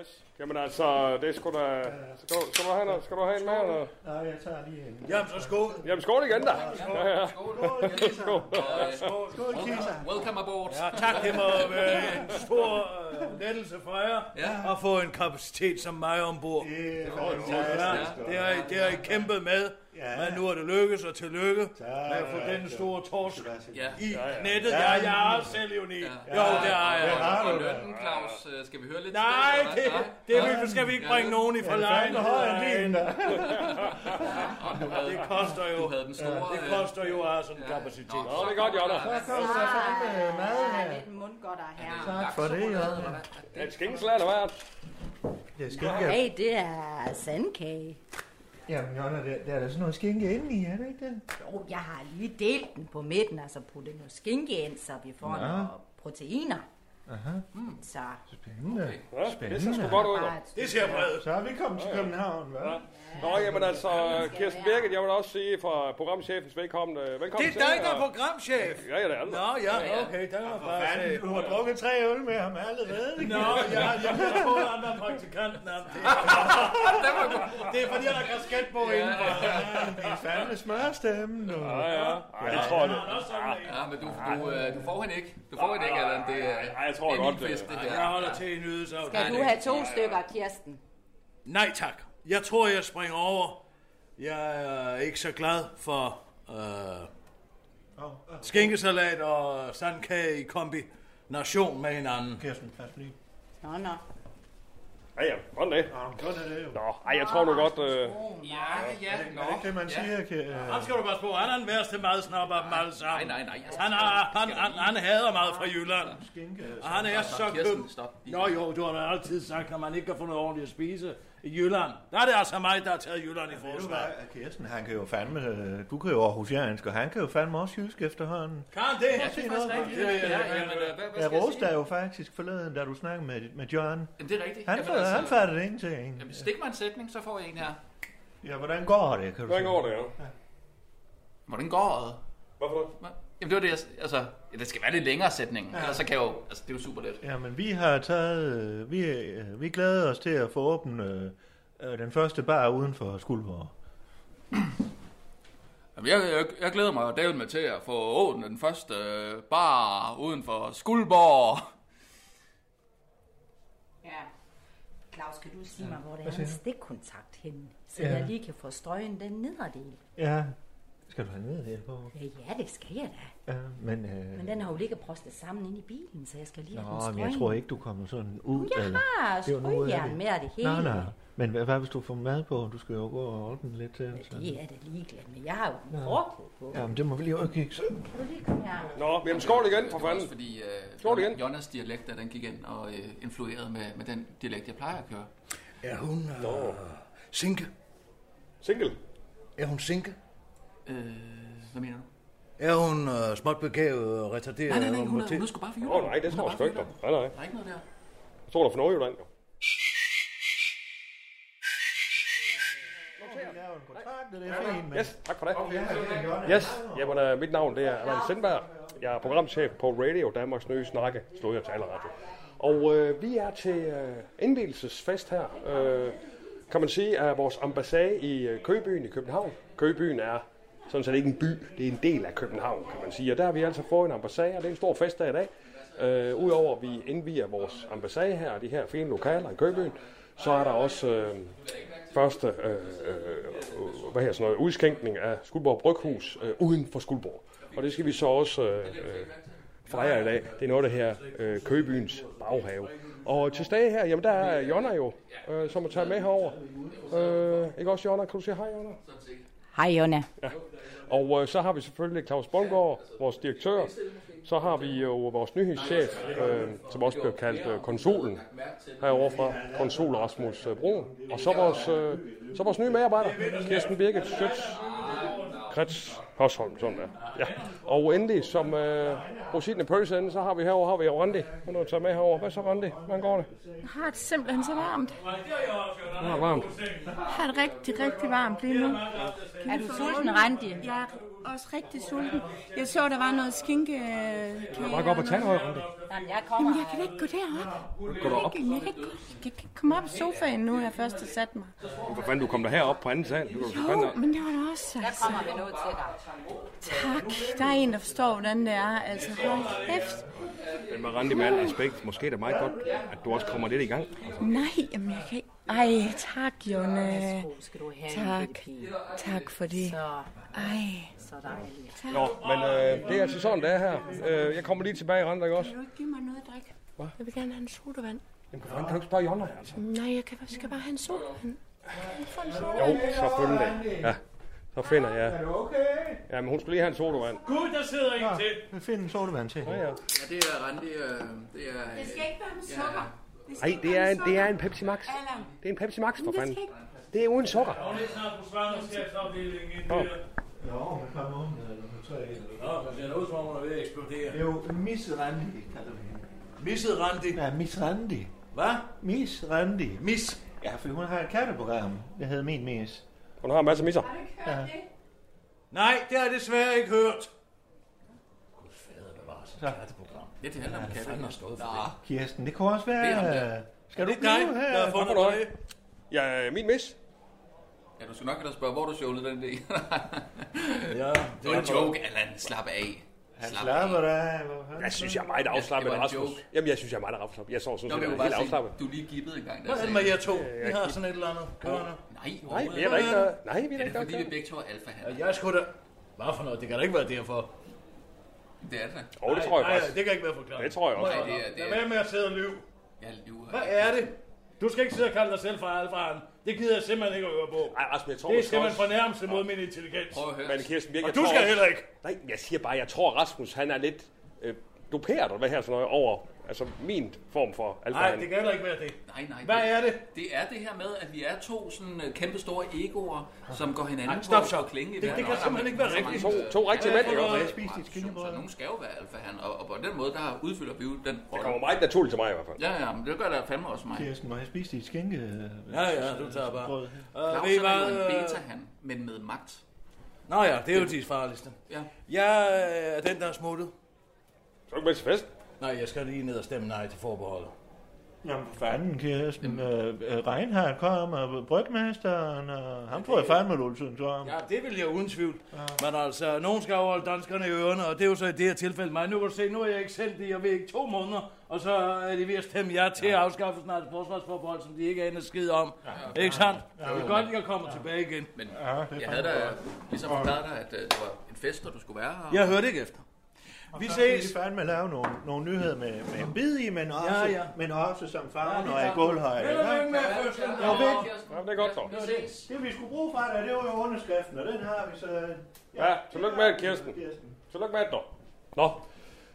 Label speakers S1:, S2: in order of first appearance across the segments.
S1: Yes. Jamen altså, det skulle da... Skal du, skal du have, en- skal du have en mere? Eller?
S2: Nej, jeg tager lige en.
S3: Jamen, så skål.
S1: Jamen, skål igen da. Ja, ja.
S3: Skål.
S2: Skål, Kisser.
S4: Welcome aboard.
S3: Ja, tak. Det må være en stor øh, lettelse for jer
S4: Ja.
S3: at få en kapacitet som mig ombord.
S2: Det er
S3: Ja,
S2: fantastisk.
S3: det har, I, det har I kæmpet med,
S2: Ja.
S3: men nu er det lykkedes, og tillykke med at få
S2: ja,
S3: den store torsk
S4: Ja.
S3: i knættet. Ja, jeg har selv jo ni. Jo, det har
S4: Og-
S3: jeg.
S2: har
S4: og
S2: du da.
S4: lønnen, Claus, øh, skal vi høre lidt
S3: Nej,
S4: til det,
S3: det,
S4: eller hvad?
S3: det er vi, skal vi ikke bringe nogen i for lejen.
S2: Fanden højere end din, da.
S4: Og du havde,
S3: Det koster
S4: du
S3: jo,
S4: havde den store...
S3: det
S4: øh,
S3: koster jo at have sådan en
S4: ja.
S3: kapacitet.
S4: Nå,
S1: Nå, det er godt, Jonna.
S2: Så kom der fandme mad her.
S5: lidt mundgodt af her.
S2: Tak for det, ja.
S1: Et skinkeslag, der var.
S2: Det er skinke.
S5: Hey, det er sandkage.
S2: Jamen, Jonna, der, der er der sådan noget skinke inde i, er det ikke det?
S5: Jo, jeg har lige delt den på midten, og så puttet noget skinke ind, så vi får noget proteiner.
S2: Aha.
S5: Mm, så
S2: Spændende.
S1: Ja, det ser sgu
S2: Spændende.
S1: godt ud.
S5: bare et
S3: Det
S5: stykke-
S3: ser bredt ud.
S2: Så er vi kommet til København, hva'?
S1: Ja. Nå, jamen altså, Kirsten Birgit, jeg vil også sige fra programchefens velkommen. øh,
S3: Det
S1: Velkommen
S3: er dig, der er
S1: og-
S3: programchef.
S1: Ja, ja, det er det.
S3: Nå, ja, okay, der var bare
S2: Fanden,
S3: sagde.
S2: du har drukket tre øl med ham allerede.
S3: Nå, ja, jeg har fået andre praktikanten om det.
S4: Den var god.
S3: Det er fordi, jeg har kasket på ja, indenfor. Ja,
S2: Det er fandme smørstemmen, du.
S1: Ja, ja. Ej, jeg tror det.
S4: Ja, men du, du, øh, du får hende ikke. Du får hende ikke, Allan. Det, er-
S1: Ej, jeg tror
S4: det er
S1: godt,
S4: min fest,
S1: øh,
S4: det
S3: ja.
S4: her.
S3: Jeg holder til en ydelsesaftale.
S5: Skal du have to stykker, Kirsten?
S3: Nej tak. Jeg tror, jeg springer over. Jeg er ikke så glad for øh, skænkesalat og sandkage i kombination med hinanden.
S2: Kirsten, pas lige.
S5: Nå, nå.
S1: Ja, ja, sådan det.
S2: Nå, men sådan er det jo.
S1: Nå, ej, jeg tror nu godt... øh,
S4: Ja, ja, nå.
S2: Er det ikke det, man siger, Kirsten?
S3: Han Øh. skal du passe på. Han er den værste madsnapper af dem alle
S4: Nej,
S3: sammen.
S4: nej, nej. jeg-
S3: Han, er, han, han, han hader meget fra Jylland. Og han er så køb.
S4: Kirsten, stop.
S3: Nå jo, du har da altid sagt, når man ikke kan få noget ordentligt at spise i Jylland. Der er det altså mig, der har taget Jylland i
S2: Ved du
S3: forsvar.
S2: hvad, Kirsten, han kan jo fandme, øh, du kan jo aarhusiansk, og han kan jo fandme også jysk efterhånden.
S3: Kan det?
S4: Ja, det er faktisk rigtigt. Ja, ja, ja, men, øh, hvad, hvad
S2: Ja,
S4: skal jeg
S2: Rose
S4: sige?
S2: der jo faktisk forleden, da du snakkede med, med John.
S4: Jamen, det er rigtigt.
S2: Han,
S4: Jamen,
S2: fa-
S4: altså,
S2: han fattede ingenting.
S4: jamen, Stik mig en sætning, så får jeg en her.
S2: Ja, hvordan går det, kan du
S1: Hvordan
S2: sige?
S1: går det, ja?
S4: Hvordan går det?
S1: Hvorfor det?
S4: Jamen, det var det, jeg- altså... ja, Det skal være lidt længere sætning. Ellers så kan jeg jo... Altså, det er jo super let.
S2: Jamen, vi har taget, øh, vi, øh, vi glæder os til at få åbnet øh, øh, den første bar uden for Skuldborg.
S4: Jamen, jeg, jeg, jeg glæder mig dagen med til at få åbnet den første øh, bar uden for Skuldborg.
S5: Ja. Claus, kan du sige mig, hvor det er en stikkontakt henne? Så jeg lige kan få strøgen den nederdel.
S2: Ja, skal du have ned her på?
S5: Ja, ja, det skal jeg da.
S2: Ja, men, øh,
S5: Men den har jo ligget prostet sammen inde i bilen, så jeg skal lige have den
S2: nå, men
S5: strøgen.
S2: jeg tror ikke, du kommer sådan ud.
S5: Jeg
S2: eller-
S5: har
S2: det er jo noget af
S5: strygjern
S2: det.
S5: med og det hele.
S2: Nej, nej. Men hvad, hvad hvis du får mad på? Du skal jo gå og holde den lidt til. så-
S5: Det er da ligeglad med. Jeg har jo en forklæde på.
S2: Jamen, det må vi lige ikke så.
S5: Prøv lige at komme her.
S1: Nå, jamen skål igen, for
S4: Det var også
S1: fanden.
S4: fordi øh,
S1: Skål igen.
S4: Jonas dialekt, da den gik ind og øh, influerede med, med den dialekt, jeg plejer at køre.
S3: Er hun øh, sinke?
S1: Single.
S3: Er hun sinke?
S4: Øh, hvad mener du?
S3: Er hun øh, småt begavet og retarderet?
S4: Nej, nej, nej,
S3: og
S4: hun er,
S3: motiv-
S4: hun er sgu bare for
S1: Åh,
S4: jorden.
S1: nej, det
S4: Hun er
S1: står
S4: bare
S1: sgu
S4: for
S1: ikke.
S4: jorden.
S1: Nej, nej.
S4: Der er ikke noget der.
S1: Jeg tror, der er for Norge, jo.
S2: Vi laver en kontrakt, og det er fint, men...
S1: Yes, tak for det.
S2: Ja,
S1: Yes, jamen, øh, mit navn det er Allan Sindberg. Jeg er programchef på Radio Danmarks nye snakke, stod jeg taler radio. Og øh, vi er til øh, indvielsesfest her, øh, kan man sige, af vores ambassade i øh, Købyen i København. Købyen er sådan set ikke en by, det er en del af København, kan man sige. Og der har vi altså fået en ambassade, og det er en stor fest der i dag. Øh, Udover at vi indviger vores ambassade her, og de her fine lokaler i Købyen, så er der også øh, første øh, øh, hvad her, sådan noget, udskænkning af Skuldborg Bryghus øh, uden for Skuldborg. Og det skal vi så også øh, øh, fejre i dag. Det er noget af det her øh, Købyens baghave. Og til stede her, jamen der er Jonna jo, øh, som må tage med herover. Øh, ikke også Jonna? Kan du sige hej, Jonna?
S5: Hej, Jonna.
S1: Og øh, så har vi selvfølgelig Claus Bundgaard, vores direktør. Så har vi jo vores nyhedschef, øh, som også bliver kaldt øh, konsulen herovre fra, konsul Rasmus øh, Brun. Og så vores øh, Så vores nye medarbejder, Kirsten Birgit Schøtz, Krets Hørsholm, sådan der. Ja. Og endelig, som øh, rosinen i pølseenden, så har vi herover har vi jo Randi. Hun er taget med herover. Hvad så, Randi? Hvordan går det?
S6: Jeg har det simpelthen så varmt.
S1: Det er varmt.
S6: Jeg har det rigtig, rigtig varmt lige nu.
S5: Er du sulten, Randi?
S6: Jeg er også rigtig sulten. Jeg så, der var noget skinke. Kan
S1: Bare gå op og tage noget, Randi.
S5: Jamen, jeg kommer.
S6: Jeg kan da ikke gå derop. Gå derop? Jeg kan ikke, gå- jeg kan ikke komme op i sofaen nu, jeg først har sat mig.
S1: Hvor fanden, du kom der herop på anden sal? Du kan for fanden-
S6: Jo, men det var da også.
S5: Jeg
S6: Altså.
S5: kommer med noget til dig.
S6: Tak. Der er en, der forstår, hvordan det er. Altså, hold kæft.
S1: Men med Randi, med al respekt, måske er det meget godt, at du også kommer lidt i gang.
S6: Nej, jamen jeg kan ikke. Ej, tak, Jonne.
S5: Værsgo, skal du have
S6: Tak.
S5: en pige.
S6: Tak for det.
S5: Så,
S6: Ej.
S5: så dejligt.
S1: Nå, men øh, det er altså sådan, det er her. Øh, jeg kommer lige tilbage, Randi, ikke også?
S6: Vil du ikke give mig noget at drikke? Jeg vil gerne have en sodavand.
S1: Jamen, for fanden, kan du ikke spørge Jonna, altså?
S6: Nej, jeg kan, skal bare have en sodavand. Kan jeg få en
S1: Jo,
S6: sodavand?
S1: selvfølgelig. Ja, så finder jeg.
S2: Er du okay?
S1: Ja, men hun skulle lige have en sodavand.
S7: Gud, der sidder en til.
S2: Find en sodavand til.
S1: Ja, ja.
S4: Ja, det er Randi. Øh, det er... Øh,
S6: Det skal ikke være med sukker.
S1: Ej, det er, en, det er en Pepsi Max. Det er en Pepsi Max, for fanden. Det er uden sukker.
S7: Og lige snart på svarmandskabsafdelingen inden
S1: Nå.
S7: oh. der.
S2: Jo, om et par måneder eller om tre eller
S3: Nå, der ser ud som om, hun er ved at eksplodere.
S2: Det er jo Miss Randi, kalder vi hende.
S3: Misset Randi.
S2: Ja, Miss Randi.
S3: Hvad?
S2: Miss Randi.
S3: Miss.
S2: Ja, for hun har et katteprogram. Det hedder Min Mis.
S1: Hun har en masse misser.
S3: Nej, det har jeg desværre ikke hørt. Gud fader, hvad var så et program?
S4: det handler om kaffe.
S3: fanden har stået for
S4: Nå,
S2: Kirsten, det kunne også
S4: Det er ham
S2: være... øh,
S4: der.
S2: Skal du
S3: Det er dig,
S2: blive
S3: der har
S2: her?
S3: fundet
S1: Hvorfor
S3: på
S1: dig?
S3: det.
S1: Ja, øh, min mis.
S4: Ja, du skal nok have spørge, hvor du sjovede den idé.
S3: Ja,
S4: det var en joke, Allan. Slap af.
S2: Han slapper dig.
S1: Jeg synes, jeg er meget afslappet,
S4: Ja, det var en
S1: Rasmus.
S4: joke.
S1: Jamen, jeg synes, jeg er meget afslappet. Jeg så sådan
S4: Nå,
S1: set,
S4: men
S1: jeg
S4: jeg
S1: er helt
S4: vil bare
S1: afslappet.
S4: sige, du lige gibbede en gang. Der,
S3: Hvordan med jer to? I har sådan et eller andet kørende.
S4: Nej,
S1: Nej, vi er da
S4: ikke.
S1: ikke der. Nej, vi
S4: Det
S1: er
S4: er
S1: da ikke
S4: da fordi, vi
S1: der.
S4: begge to er alfa
S3: Ja,
S4: han.
S3: Jeg skulle da... Hvad for noget? Det kan da ikke være derfor.
S4: Det er det. da.
S1: Åh, det tror jeg
S3: Nej,
S1: faktisk.
S3: nej, det kan ikke være forklaret.
S1: Det tror jeg også.
S4: Nej, det er... Det
S3: Lad
S4: er
S3: være med at sidde og lyve.
S4: jeg lyver.
S3: Hvad er det? Du skal ikke sidde og kalde dig selv for alfaren. Det gider jeg simpelthen ikke at høre på.
S1: Nej, Rasmus, jeg tror,
S3: Det er
S1: måske
S3: simpelthen
S1: også-
S3: fornærmelse mod min intelligens.
S4: Prøv at høre.
S1: Men Kirsten Birk,
S3: Og
S1: jeg
S3: du
S1: tror
S3: skal
S1: også-
S3: heller ikke.
S1: Nej, jeg siger bare, jeg tror, Rasmus, han er lidt øh, doperet, eller hvad her sådan noget, over altså, min form for alfa.
S3: Nej, det kan heller ikke være det.
S4: Nej, nej.
S3: Hvad er det?
S4: Det er det her med, at vi er to sådan øh, kæmpe store egoer, som går hinanden
S3: Ej, stop
S4: på-
S3: så.
S4: på klinge. i
S3: Det-
S4: hver
S3: det kan
S4: hånd.
S3: simpelthen ikke være
S4: Så mange-
S3: rigtigt.
S1: To- to rigtige mænd, ikke også?
S2: Jeg spiste dit
S4: Ah, Så
S2: skindebrød.
S4: nogen skal jo være alfa han, og, og på den måde, der udfylder vi jo den
S1: Det kommer
S4: rolle.
S1: meget naturligt til mig i hvert fald.
S4: Ja, ja, men det gør der fandme også mig.
S2: Kirsten, må jeg spise dit skinke?
S3: Ja, ja, du tager bare.
S2: Brød.
S3: Uh,
S4: Claus
S3: ved I
S4: er jo
S3: hvad?
S4: en beta
S3: øh,
S4: han, men med magt.
S3: Nå ja, det er jo de farligste.
S4: Ja.
S3: Jeg øh, er den, der er smuttet.
S1: Så er du med til fest.
S3: Nej, jeg skal lige ned og stemme nej til forbeholdet.
S2: Jamen, for fanden, Kirsten. Øh, øh, Reinhardt kom, og brygmesteren, og ham tror jeg fandme, du synes om.
S3: Ja, det vil jeg uden tvivl. Men altså, nogen skal overholde danskerne i ørerne, og det er jo så i det her tilfælde mig. Nu kan du se, nu er jeg ikke sendt i, jeg ved ikke, to måneder, og så er de ved at stemme jer til at afskaffe snart et forsvarsforbehold, som de ikke aner skid om. Ikke sandt? Det er godt, jeg kommer tilbage igen.
S4: Men
S2: Ja, det er
S4: jeg havde da
S2: fandme
S4: ligesom forklaret dig, at øh, det var en fest, og du skulle være her.
S3: Jeg hørte ikke efter. Vi
S2: Så skal
S3: ses.
S2: vi fandme lave nogle, nogle nyheder med, med en bid i, men også,
S3: Ja, ja.
S2: Men også som farven og i gulvhøj.
S3: Held og lykke med fødslen.
S4: Ja,
S1: Ja, det er godt så.
S4: Vi ses.
S2: Det vi skulle bruge fra dig, det var jo underskriften, og den har vi så... øh,
S1: Ja, tillykke med, Kirsten.
S2: Kirsten.
S1: Så lykke med det dog. Nå.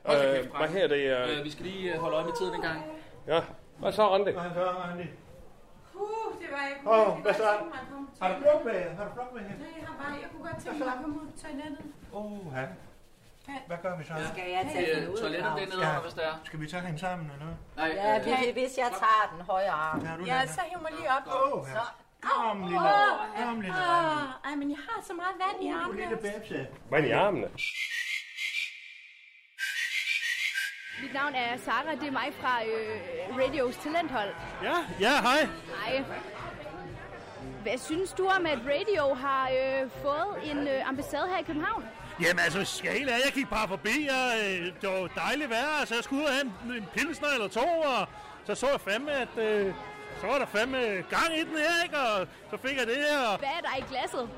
S4: Hold da
S1: Øh,
S4: kæft,
S1: hvad her det er...
S4: Øh, vi skal lige øh, holde øje med tiden en gang.
S1: Ja, hvad så, Randi?
S2: Hvad så, Randi?
S6: Uh, det var ikke.
S2: Åh, Jeg kunne hvad godt så? tænke Har du blok med Har du blok med her?
S6: Jeg har bare, jeg kunne godt tænke mig at komme ud på toilettet.
S2: Åh, ja. Hvad gør vi så?
S5: Skal jeg
S4: Øh,
S5: tage den ud,
S4: Toilettet
S5: Claus?
S4: dernede, under, hvis der er.
S2: Skal vi tage hende sammen eller noget?
S4: Nej,
S5: Ja,
S4: øh,
S5: hvis- hvis jeg tager den højre arm.
S2: Har du
S6: Ja,
S2: den?
S6: så hiv mig lige op.
S2: Åh, ja. Kom, lille. Kom, lille
S8: Ah,
S2: Randi.
S6: Åh, ej, men jeg har så meget vand i
S2: Du lille
S6: armene.
S2: babse.
S1: Vand i armene.
S9: Mit navn er Sara, det er mig fra øh, Radios talenthold.
S7: Ja, ja, hej.
S9: Hej. Hvad synes du om, at Radio har øh, fået en øh, ambassade her i København?
S7: Jamen altså, skal er, jeg gik bare forbi, og øh, det var dejligt vejr, altså jeg skulle ud og have en, en pilsner eller to, og så så jeg fandme, at øh, så var der fandme gang i den her, ikke? Og så fik jeg det her, og
S9: Hvad er der i glasset?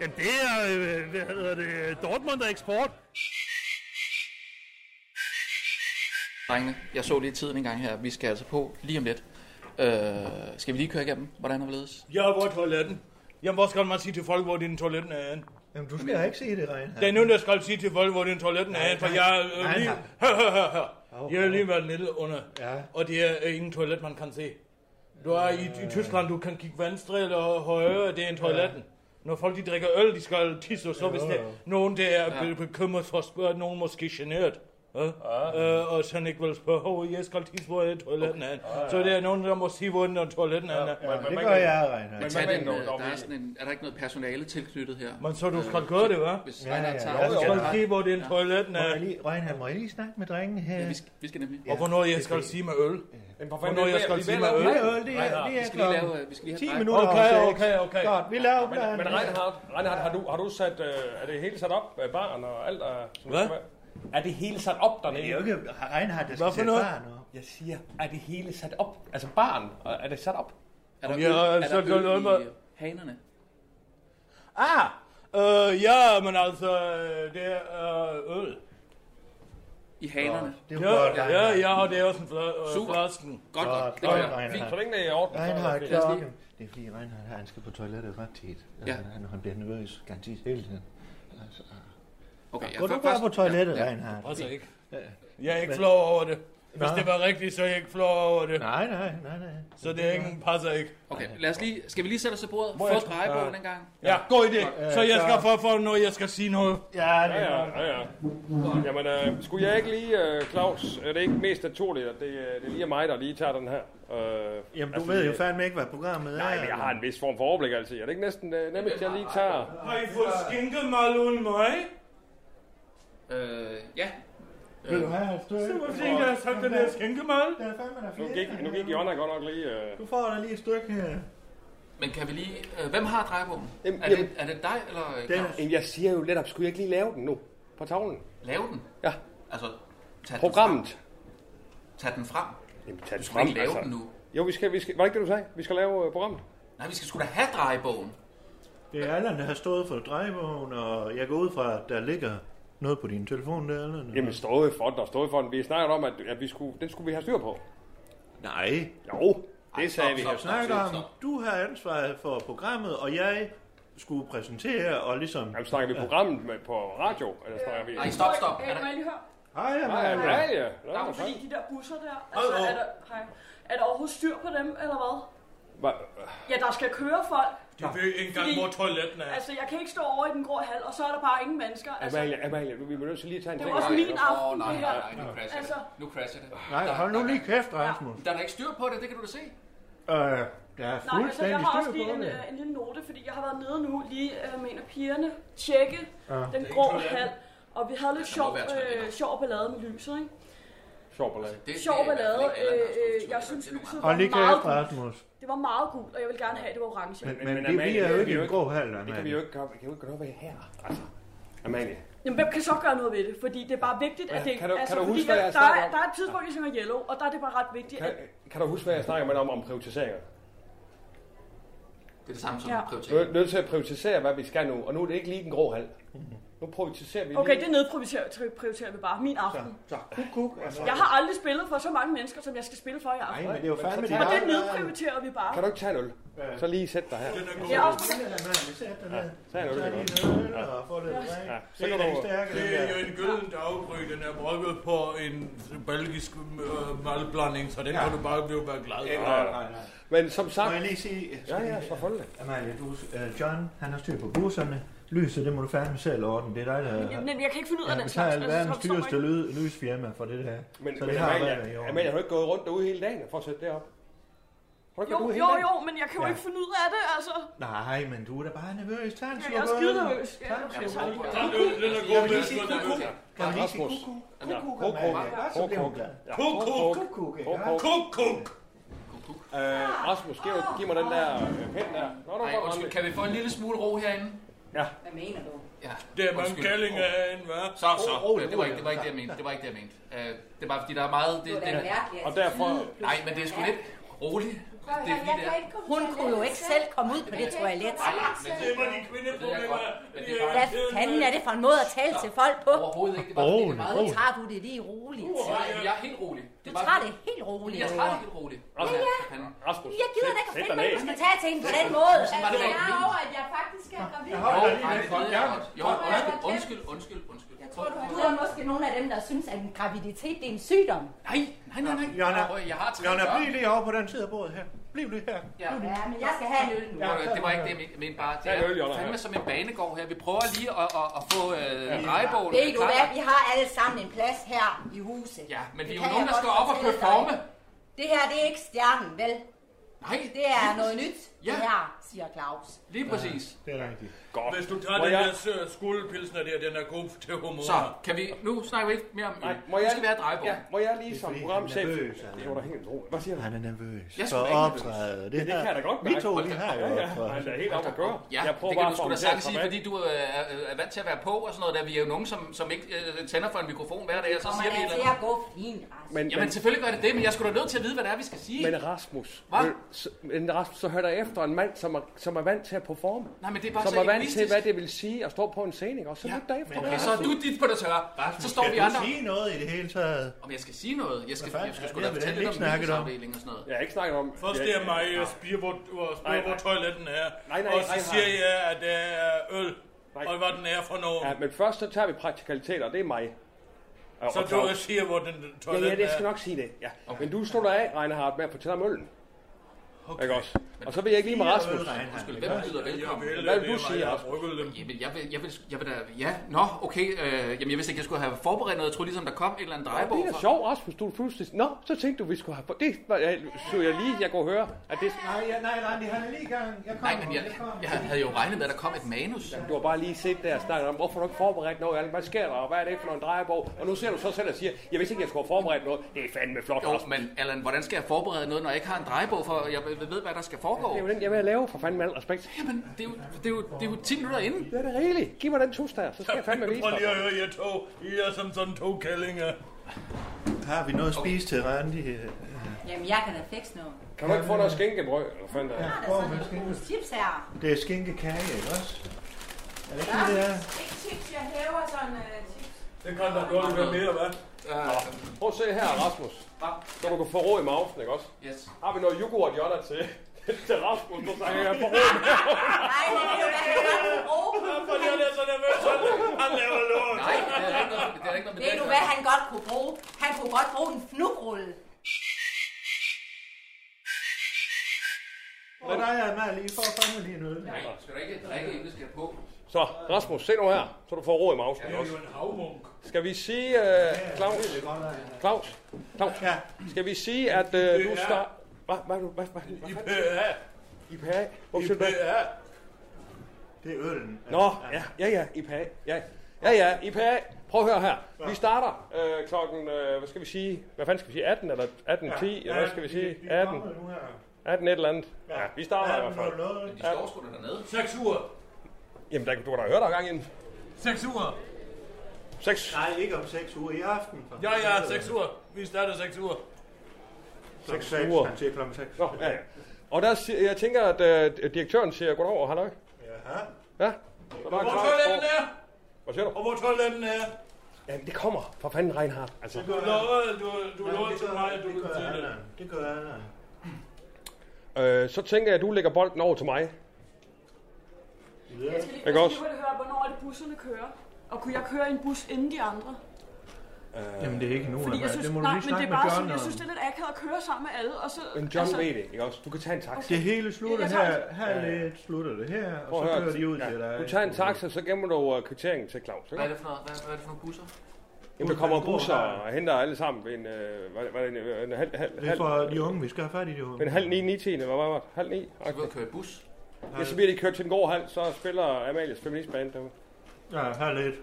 S7: jamen, det er, øh, hvad hedder det, Dortmund og eksport.
S4: Drengene, jeg så lige tiden en gang her. Vi skal altså på lige om lidt. Øh, skal vi lige køre igennem, hvordan og hvorledes?
S3: Ja, hvor er toiletten? Jamen, hvor skal man sige til folk, hvor din toiletten er henne?
S2: Jamen, du skal ikke se det, Reinhardt.
S3: Det er nu, der skal sige til folk, hvor din toiletten er henne, for jeg er øh, lige... Hør, hør, hør, hør. Jeg har lige været nede under,
S2: Ja.
S3: og det er øh, ingen toilet, man kan se. Du er i, i Tyskland, du kan kigge venstre eller højre, det er en toiletten. Når folk de drikker øl, de skal tisse, og så hvis det er nogen, der er
S10: Ja.
S3: ja. bekymret for at spørge, nogen måske generet. Ja? Ja. Øh, og så ikke vil spørge, oh, jeg skal tisse, hvor er toiletten okay.
S4: Ja, ja.
S3: Så det er nogen, der må sige, hvor er toiletten ja. er.
S4: Men tag den, øh, der er, sådan en, er der ikke noget personale tilknyttet her?
S3: Men så du skal gøre det, hva'?
S4: Hvis
S3: Ja,
S4: ja, ja,
S3: ja,
S4: tager
S3: ja.
S4: over,
S3: Skal
S4: så-
S3: kigge, hvor det er en toilet,
S2: Må
S3: nej.
S2: jeg lige, Reinhard, må jeg lige snakke med drengene her?
S4: Ja, vi skal, vi skal nemlig.
S3: Og hvornår jeg skal sige med øl? Hvornår
S4: vi-
S3: jeg
S4: vi-
S3: skal
S4: vi
S3: sige med
S4: vælger-
S3: øl?
S4: Nej, øl, det er- Nej,
S2: øh, det er
S4: vi skal lige lave- øh,
S1: øh,
S4: vi skal lige have
S2: 10
S4: drej-
S2: minutter
S1: Okay,
S2: over
S1: okay,
S2: seks.
S1: okay.
S2: Godt, vi laver
S1: Men, men Reinhard, Reinhard har, du, har du sat, øh, er det hele sat op, øh, baren og alt? Er, som
S3: Hvad?
S1: skal være? Er det hele sat op dernede?
S2: Det er jo ikke Reinhard, der skal
S1: Hvad for
S2: sætte
S1: noget?
S2: baren op.
S1: Jeg siger, er det hele sat op? Altså baren, er er det sat op?
S4: Er
S3: der Ja, øl- er altså, der øl der er noget i med-
S4: hanerne?
S3: Ah, øh, ja, men altså, øh, det er øh, øl.
S4: I hanerne?
S3: Det er ja, ja, ja, og det er også en fla- øh,
S4: Super.
S3: flasken.
S4: Godt, godt. Det
S2: Godt,
S4: gør jeg.
S2: Reinhard.
S1: Så længe det er i orden. så er det
S2: Reinhard,
S1: fint.
S2: klokken. Det er fordi Reinhard, han skal på toilettet ret tit. Ja.
S4: Ja.
S2: Han, han bliver nervøs, garantist hele tiden. Altså,
S4: Okay,
S2: Gå du bare på toilettet, Reinhard.
S3: Altså ikke.
S2: Ja.
S3: Jeg er ikke
S2: Men-
S3: flov over det. Hvis
S2: Nej.
S3: det var rigtigt, så er jeg ikke flov over det.
S2: Nej, nej, nej, nej.
S3: Så det er ikke, passer ikke.
S4: Okay, lad os lige... Skal vi lige sætte os til bordet?
S3: Må
S4: Få
S3: jeg-
S4: et drejebord
S3: Ja.
S4: den gang.
S3: Ja, god idé.
S4: Godt.
S3: Så jeg skal for, for noget, jeg skal sige noget.
S2: Ja,
S1: Ja, ja, ja, ja. Jamen, øh, skulle jeg ikke lige, øh, Claus, er det ikke mest naturligt, at det, øh, det er lige er mig, der lige tager den her? Øh,
S2: Jamen, du
S1: altså,
S2: ved jo
S1: øh,
S2: fandme ikke, hvad programmet er.
S1: Nej, men jeg har en vis form for overblik altid. Er det ikke næsten øh, nemmest, at jeg lige tager...
S3: Har I fået skinke mal uden mig?
S4: Øh, ja.
S2: Vil du have et stykke?
S3: Se, hvor fint jeg har sagt den der skinke mal.
S2: Der er fandme der
S1: Nu
S2: flere.
S1: gik, nu gik Jonna godt nok lige... Øh,
S2: Du får da lige et stykke her.
S4: Men kan vi lige... Øh, hvem har drejebogen?
S1: Jamen,
S4: Er det, er det dig, eller... Claus?
S1: Jamen, jeg siger jo netop, skulle jeg ikke lige lave den nu? På tavlen?
S4: Lave den?
S1: Ja.
S4: Altså, tag den
S1: Programmet.
S4: frem. Tag den frem.
S1: Jamen, tag
S4: Du
S1: den
S4: skal
S1: frem,
S4: ikke lave
S1: altså.
S4: den nu.
S1: Jo, vi skal, vi skal... Var det ikke det, du sagde? Vi skal lave øh, programmet.
S4: Nej, vi skal sgu da have drejebogen.
S2: Det er Allan, der har stået for drejebogen, og jeg går ud fra, at der ligger noget på din telefon der, Allan.
S1: Jamen, stået for den og stået for den. Vi snakkede om, at, at vi skulle, den skulle vi have styr på.
S2: Nej.
S1: Jo, det sagde
S4: stop,
S1: vi.
S4: stop, stop.
S2: Snakker om, du har ansvaret for programmet, og jeg skulle præsentere og ligesom...
S1: Jamen, snakker vi programmet med, på radio? Eller snakker vi...
S2: Øh,
S4: Nej, stop, stop.
S11: Hey, må
S4: Er der...
S11: jeg lige høre?
S2: Hej,
S1: Nej,
S2: Allan.
S1: ja, ja.
S11: Nå,
S1: Nå, hej.
S11: fordi de der busser der, altså,
S2: Åh, åh.
S11: er, der, hej, er der overhovedet styr på dem, eller hvad?
S1: Hva-
S11: Ja, der skal køre folk.
S3: De ved ikke engang,
S11: Fordi-
S3: hvor toiletten er.
S11: Altså, jeg kan ikke stå over i den grå hal, og så er der bare ingen mennesker. Altså,
S1: Amalie, Amalie, nu er vi nødt til lige at tage en
S11: Det
S1: ting.
S11: var også min aften,
S4: Åh, nej,
S11: det her.
S4: nej, nej, nu crasher
S11: Altså.
S4: det. Nu crasher det.
S2: Nej, hold nu lige kæft, Rasmus.
S4: Der er da ikke styr på det, det kan du da se.
S2: Øh, der er
S11: Nej, altså, jeg
S2: fuldstændig
S11: har også
S2: styr
S11: lige
S2: på
S11: en,
S2: det.
S11: øh, en lille note, fordi jeg har været nede nu lige øh, med en af pigerne, tjekke
S2: Ja. Det er
S11: den
S4: ikke
S11: grå
S4: toilettet.
S11: hal, og vi havde lidt
S4: Der må
S11: sjov,
S4: være toiletter.
S11: øh, sjov ballade med lyset, ikke?
S1: Sjov ballade.
S4: Det,
S11: Sjov
S4: det er i hvert
S11: ballade.
S4: fald ikke alle,
S11: Øh,
S4: der
S11: øh, jeg
S4: har stået på toilettet.
S11: synes,
S4: Det er nogle
S11: lyset
S4: andre.
S11: var
S2: Hold lige
S11: meget
S2: kæft,
S11: gult.
S2: Rasmus.
S11: Det var meget gult, og jeg ville gerne have, at det var orange.
S2: Men, men, det, vi er jo ikke i en grå halv,
S1: Det kan vi jo ikke gøre, vi kan jo ikke gøre noget ved her. Altså, Amalie.
S11: Jamen, hvem kan så gøre noget ved det? Fordi det er bare vigtigt, at det... altså,
S1: Kan du- kan du
S11: fordi
S1: huske, hvad
S11: jeg-
S1: jeg
S11: der,
S1: snakker
S11: er,
S1: om?
S11: der er et tidspunkt, jeg synger yellow, og der er det bare ret vigtigt,
S1: Kan,
S11: at...
S1: kan du huske, hvad jeg snakker med dig om, om prioriteringer?
S4: Det er det samme som
S11: Ja.
S4: ja.
S1: Du
S4: prioritering.
S1: er nødt til at prioritere, hvad vi skal nu, og nu er det ikke lige den grå hal. Nu prioriterer vi
S11: Okay,
S1: lige.
S11: det nedprioriterer prioriterer vi bare. Min aften. Jeg har aldrig spillet for så mange mennesker, som jeg skal spille for i aften.
S2: Nej, men det er jo fandme
S1: så
S2: det.
S11: Og det nedprioriterer vi bare.
S1: Kan du ikke tage en øl? Så lige sæt dig her.
S11: Det er også...
S1: Tag en øl, det er godt.
S2: Og få det
S1: Ja,
S2: rent.
S1: så
S2: Det
S1: kan
S2: er
S1: du...
S2: den stærke, den
S3: Det er
S2: der.
S3: jo en gylden daggry, den er brygget på en belgisk øh, malblanding, så den kan du bare blive være glad for.
S1: Ja, ja.
S2: Nej, nej.
S1: Men som sagt...
S2: Må jeg lige sige...
S1: Ja, ja, selvfølgelig.
S2: Amalie, du, uh, John, han har styr på busserne. Lyset, det må du fandme selv ordne. Det er dig, der...
S11: Jamen, jeg kan ikke finde ud af
S2: Ja,
S11: den
S2: vi tager
S11: slags. Altså, så
S2: alverdens
S11: forstår jeg
S2: dyreste
S11: ikke.
S2: lyd, lysfirma for det der.
S1: Men,
S2: så
S1: men
S2: det har
S1: Amalie,
S2: været i år.
S1: Amalie, har du ikke gået rundt derude hele dagen for at sætte det op? Har du ikke
S11: Jo,
S1: været ude hele
S11: jo,
S1: dagen?
S11: jo, men jeg kan jo
S2: Ja.
S11: ikke finde ud af det, altså.
S2: Nej, men du er da bare nervøs. Tag en
S11: Ja,
S2: slurk
S11: Jeg er
S2: øl.
S11: skide nervøs. Ja,
S2: Tak.
S11: okay, tak.
S2: Jeg vil lige sige kuku. Kan vi lige sige
S1: Rasmus.
S2: kuku?
S1: Ja,
S2: Kuku,
S1: kuk, kuk,
S2: Amalie. Godt, så
S1: kuk,
S2: bliver hun
S1: kuk.
S2: glad.
S1: Ja,
S3: Kuk,
S1: kuk,
S3: kuk.
S1: kuk.
S2: Kuku, kan
S1: Kuk,
S2: jeg?
S1: kuk.
S3: Kuk, kuk!
S1: Øh, Rasmus, giv, giv mig den der øh, pind der. Nå, nå,
S4: Nej,
S1: nå,
S4: undskyld,
S1: Randi.
S4: kan vi få en lille smule ro herinde?
S5: Hvad mener du?
S4: Ja,
S3: Det er mange
S4: undskyld.
S3: kællinger
S4: Åh.
S3: herinde, hva'?
S4: Så, så.
S1: Ro- rolig,
S4: det, var ikke,
S1: rolig.
S4: det var ikke det, jeg mente. Det var ikke det, jeg mente. Øh, det er bare fordi, der er meget... Det,
S5: Det var da
S4: det,
S5: mærkeligt.
S1: Og derfor...
S4: nej, men det er sgu lidt roligt. Det er fordi, det er...
S5: Hun kunne jo ikke selv komme ud på det toilet.
S4: Nej, men
S3: Det var de
S4: Det ved jeg
S3: kvindeproblemer.
S4: godt, men det er
S3: De
S4: bare-
S5: Hvad fanden er det for en måde at tale til folk på?
S4: Overhovedet ikke. Det var fordi, det er
S2: Rolig,
S4: meget... Uh,
S5: Så tager du det lige roligt.
S4: Nej, jeg er helt rolig. Det
S5: Du
S4: er bare-
S5: tager det helt roligt.
S4: Jeg tager det helt roligt. Ja, ja.
S1: Rasmus,
S5: Jeg gider da ikke at
S1: sæt
S5: finde
S1: dig
S5: mig,
S1: ned.
S5: at du skal tage til hende på den måde. Altså,
S4: Sådan var det ikke.
S8: over, at jeg faktisk er gravid.
S4: Jo, nej, det ved jeg godt. Jo, undskyld, undskyld, undskyld, undskyld.
S5: Du har så måske nogle af dem, der synes, at en graviditet det er en sygdom.
S4: Nej, nej, nej. nej.
S2: Jonna,
S4: jeg har
S2: Jonna, bliv lige over på den side af bordet her. Bliv lige her.
S4: Ja.
S2: Bliv lige.
S5: Ja, men jeg skal have en øl nu.
S4: Ja, det var ikke det, jeg mente bare. Det
S1: Ja, øl,
S4: er
S1: Jonna,
S4: fandme
S1: ja.
S4: som en banegård her. Vi prøver lige at, at, at få øh, drejebålet.
S5: Ved du
S4: klar.
S5: hvad, vi har alle sammen en plads her i huset. Ja,
S4: men vi er jo
S5: kan
S4: nogen,
S5: jeg godt
S4: der skal op og
S5: fortælle
S4: performe.
S5: dig. Det her, det er ikke stjernen, vel?
S4: Nej.
S5: Det er noget nyt,
S4: Ja.
S5: det her, siger Claus.
S4: Lige præcis.
S2: Ja, det er rigtigt.
S1: Godt.
S3: Hvis du tager
S1: Må
S3: den
S1: jeg-
S3: der øh, sø- skuldepilsner der, den er god til humor.
S4: Så, kan vi... Nu snakker vi ikke mere om...
S1: Nej,
S4: øl.
S1: må
S4: Nu
S1: jeg,
S4: skal vi have drejebålet.
S1: ja, må jeg lige
S2: Det er
S1: som
S2: fordi,
S1: programchef...
S2: han er nervøs, altså.
S1: det var da helt roligt. Hvad siger du?
S2: Han er nervøs.
S4: Jeg er
S2: Jeg
S4: sgu
S2: for
S4: da ikke nervøs.
S2: optræde.
S1: Ja, øh, det kan jeg da godt
S2: Vi
S1: mærke.
S2: to, vi har jo
S1: Ja, ja,
S2: optræde.
S1: han er helt op at gøre.
S4: Altså, Ja,
S1: jeg prøver
S4: det kan du
S1: bare at
S4: sgu da
S1: formulere
S4: sagtens
S1: mig
S4: sige, fordi du øh, er, er vant til at være på og sådan noget. Der. Vi er jo nogen, som, som ikke øh, tænder for en mikrofon hver dag, og så
S5: Kommer
S4: siger vi et
S5: man
S4: eller
S5: til
S4: andet.
S5: at gå fint, Rasmus?
S1: Men,
S4: Jamen
S1: men,
S4: selvfølgelig gør det det, men jeg skulle da nødt til at vide, hvad det er, vi skal sige.
S1: men Rasmus,
S4: Hva?
S1: øh, så- men Rasmus, så hører der efter en mand, som er, som er vant til at performe.
S4: Nej, men det er bare
S1: som
S4: så
S1: er vant til,
S4: egoistisk.
S1: hvad det vil sige at stå på en scene, ikke? og så
S4: Ja,
S1: ja, lidt derefter.
S4: Okay, så er du dit på det tørre. Så står vi andre.
S2: Skal du sige noget i det hele taget?
S4: Om jeg skal sige noget? Jeg skal,
S2: Hvad fanden?
S4: jeg skal sgu
S2: Ja, det
S4: da
S2: har vi
S4: fortælle
S2: da
S4: lidt om
S2: ikke snakket om.
S4: nyhedsafdelingen og sådan noget.
S1: Jeg har ikke snakket om...
S3: Først
S1: jeg,
S3: det er mig, jeg spiger, hvor, hvor,
S1: Nej,
S3: spørger, hvor
S1: nej.
S3: toiletten er.
S1: Nej, nej,
S3: og så
S1: nej,
S3: siger
S1: nej.
S3: jeg, at det er øl, og hvad den er for nogen.
S1: Ja, men først så tager vi praktikaliteter, og det er mig. Og-
S3: så
S1: og Claus.
S3: du siger, hvor den
S1: Ja,
S3: toiletten
S1: ja, det jeg skal
S3: er.
S1: nok sige det. Ja. Okay. Men du slog dig af, Reinhardt, med at fortælle om øllen. Okay. Ikke også? Og så vil jeg ikke lige med Rasmus.
S4: Undskyld, hvem byder velkommen?
S1: Hvad vil du sige,
S3: Jeg har
S1: Rasmus?
S3: brygget dem.
S4: Jamen, jeg vil, jeg vil, jeg vil da, ja, nå, okay, øh, jamen jeg vidste ikke, jeg skulle have forberedt noget, jeg troede ligesom, der kom et eller andet
S1: Ja,
S4: drejebog
S1: det er da
S4: fra-
S1: sjovt, Rasmus. Du er fuldstændig... Nå, så tænkte du, vi skulle have... på- Det var, jeg, så jeg lige, jeg kunne høre, at det...
S2: Nej, ja, nej, Randi, han er lige i gang. Jeg
S4: Nej,
S2: kommer.
S4: men jeg, jeg havde jo regnet med, at der kom et manus.
S1: Du har bare lige set der og snakket om, hvorfor har du ikke forberedt noget, Erling? Hvad sker der, og hvad er det for en drejebog? Og nu ser du så selv og siger, jeg vidste ikke, jeg skulle have forberedt noget. Det er fandme flot,
S4: Jo,
S1: Rasmus.
S4: men Allan, hvordan skal jeg forberede noget, når jeg ikke har en drejebog, for jeg ved, hvad der skal foregå?
S1: Det er jo den, jeg vil lave, for fandme med al respekt.
S4: Jamen, det er jo, det er jo, det er jo 10 minutter inden.
S1: Det er det rigeligt. Giv mig den tus der, så skal jeg fandme vise
S3: Prøv lige
S1: dig.
S3: at høre, jer to. I er som sådan to kællinger.
S2: Har vi noget at spise til øh, Randi?
S5: Jamen, jeg kan da fikse noget.
S1: Kan du ikke få noget skænkebrød? Eller hvad fanden er det?
S5: Der er sådan en pose chips her.
S2: Det er skinkekage, ikke også? Er det ikke det, det er?
S11: Ikke chips, jeg hæver sådan
S8: øh,
S11: uh, chips.
S3: Det kan da godt være mere, hvad?
S1: Prøv at se her, Rasmus. Så du kan få ro i mausen, ikke også?
S4: Yes.
S1: Har vi noget yoghurt, Jonna, til, til Rasmus? Så kan jeg få ro.
S5: Nej, men ved du hvad, det er godt bruge.
S3: Fordi han er så nervøs, han- han laver lort.
S4: Nej, det er da ikke noget, det er da ikke noget med
S5: Ved
S4: det.
S5: du
S4: at
S5: hvad
S4: gøre.
S5: han godt kunne bruge? Han kunne godt bruge en fnugrulle.
S2: Og der er mig lige for at fange lige en øl.
S4: Nej, skal du ikke drikke, inden du skal på?
S1: Så, Rasmus, se nu her, så du får ro i mausen
S3: Det er
S1: også.
S3: jo en havmunk.
S1: Skal vi sige, uh, Claus, Claus, Claus,
S2: Ja.
S1: skal vi sige, at uh, du
S3: Ja.
S1: start... Hvad, hvad, hvad, hvad, hvad,
S3: I
S1: hvad,
S3: PA.
S1: IPA? Hvor
S3: I
S1: siger du det?
S3: PA.
S2: Det er øllen.
S1: Nå, ja, ja, ja, IPA, ja. Ja, ja, IPA. Prøv at høre her. Vi starter øh, klokken, øh, hvad skal vi sige, hvad fanden skal vi sige, 18 eller 18.10, eller hvad skal vi sige, 18, 18 et eller andet. Ja, vi starter i hvert fald.
S4: Men de står sgu da dernede.
S3: 6 uger.
S1: Jamen, der, du har da hørt der er gang inden.
S3: 6 uger.
S1: 6.
S2: Nej, ikke om 6 uger i aften. for
S3: Ja, ja,
S2: helvede.
S3: 6 uger. Vi starter 6 uger.
S2: Klokken
S1: Seks
S2: seks.
S1: uger.
S2: Han siger klokken 6.
S1: Nå, ja, ja. Og der, siger- jeg tænker, at øh, direktøren siger goddag og halløj.
S2: Jaha.
S1: Ja. Så der er
S3: Hvor
S1: Claus
S3: toiletten
S1: på.
S3: er?
S1: Hvad siger
S3: Og
S1: du?
S3: hvor toiletten er?
S1: Jamen, det kommer. For fanden, Reinhardt. Altså.
S3: Du lovede, du, du lovede til mig, at du
S2: Det
S3: ville
S2: gør
S3: til det.
S2: Allan. Det gør Allan.
S1: Øh, så tænker jeg, at du lægger bolden over til mig.
S11: Jeg skal lige,
S1: Ikke
S11: jeg skal
S1: også?
S11: lige hurtigt høre, hvornår er det busserne kører? Og kunne jeg køre i en bus inden de andre?
S2: Jamen, det er ikke nu,
S11: Øh, Fordi jeg synes, nej, men det er bare sådan, jeg synes, det er lidt akavet at køre sammen med alle, og så...
S1: Men John altså, ved det, ikke også? Du kan tage en taxa.
S2: Det hele slutter
S11: Jeg tager-
S2: her. Her lidt Øh, slutter det her,
S1: Prøv
S2: og
S1: at
S2: så
S1: høre.
S2: kører de ud til
S1: Ja.
S2: dig.
S1: Du tager en taxa, så gemmer du øh, kvitteringen til Claus.
S4: Hvad er
S1: Ikke?
S4: det for noget? Hvad, hvad er det for nogle busser?
S1: Jamen, der kommer
S2: Den går
S1: busser
S2: her.
S1: og henter alle sammen ved en, øh, hvad, hvad er det, en, en halv, halv,
S2: Det er
S1: halv,
S2: for de unge, vi skal have fat i de unge.
S1: en halv ni, ni tiende, hvad var det? Halv ni?
S4: Skal vi ud
S1: Okay.
S4: og køre i bus?
S1: Ja, så bliver de kørt til den gode halv, så spiller Amalies feministband derude.
S2: Ja, her lidt.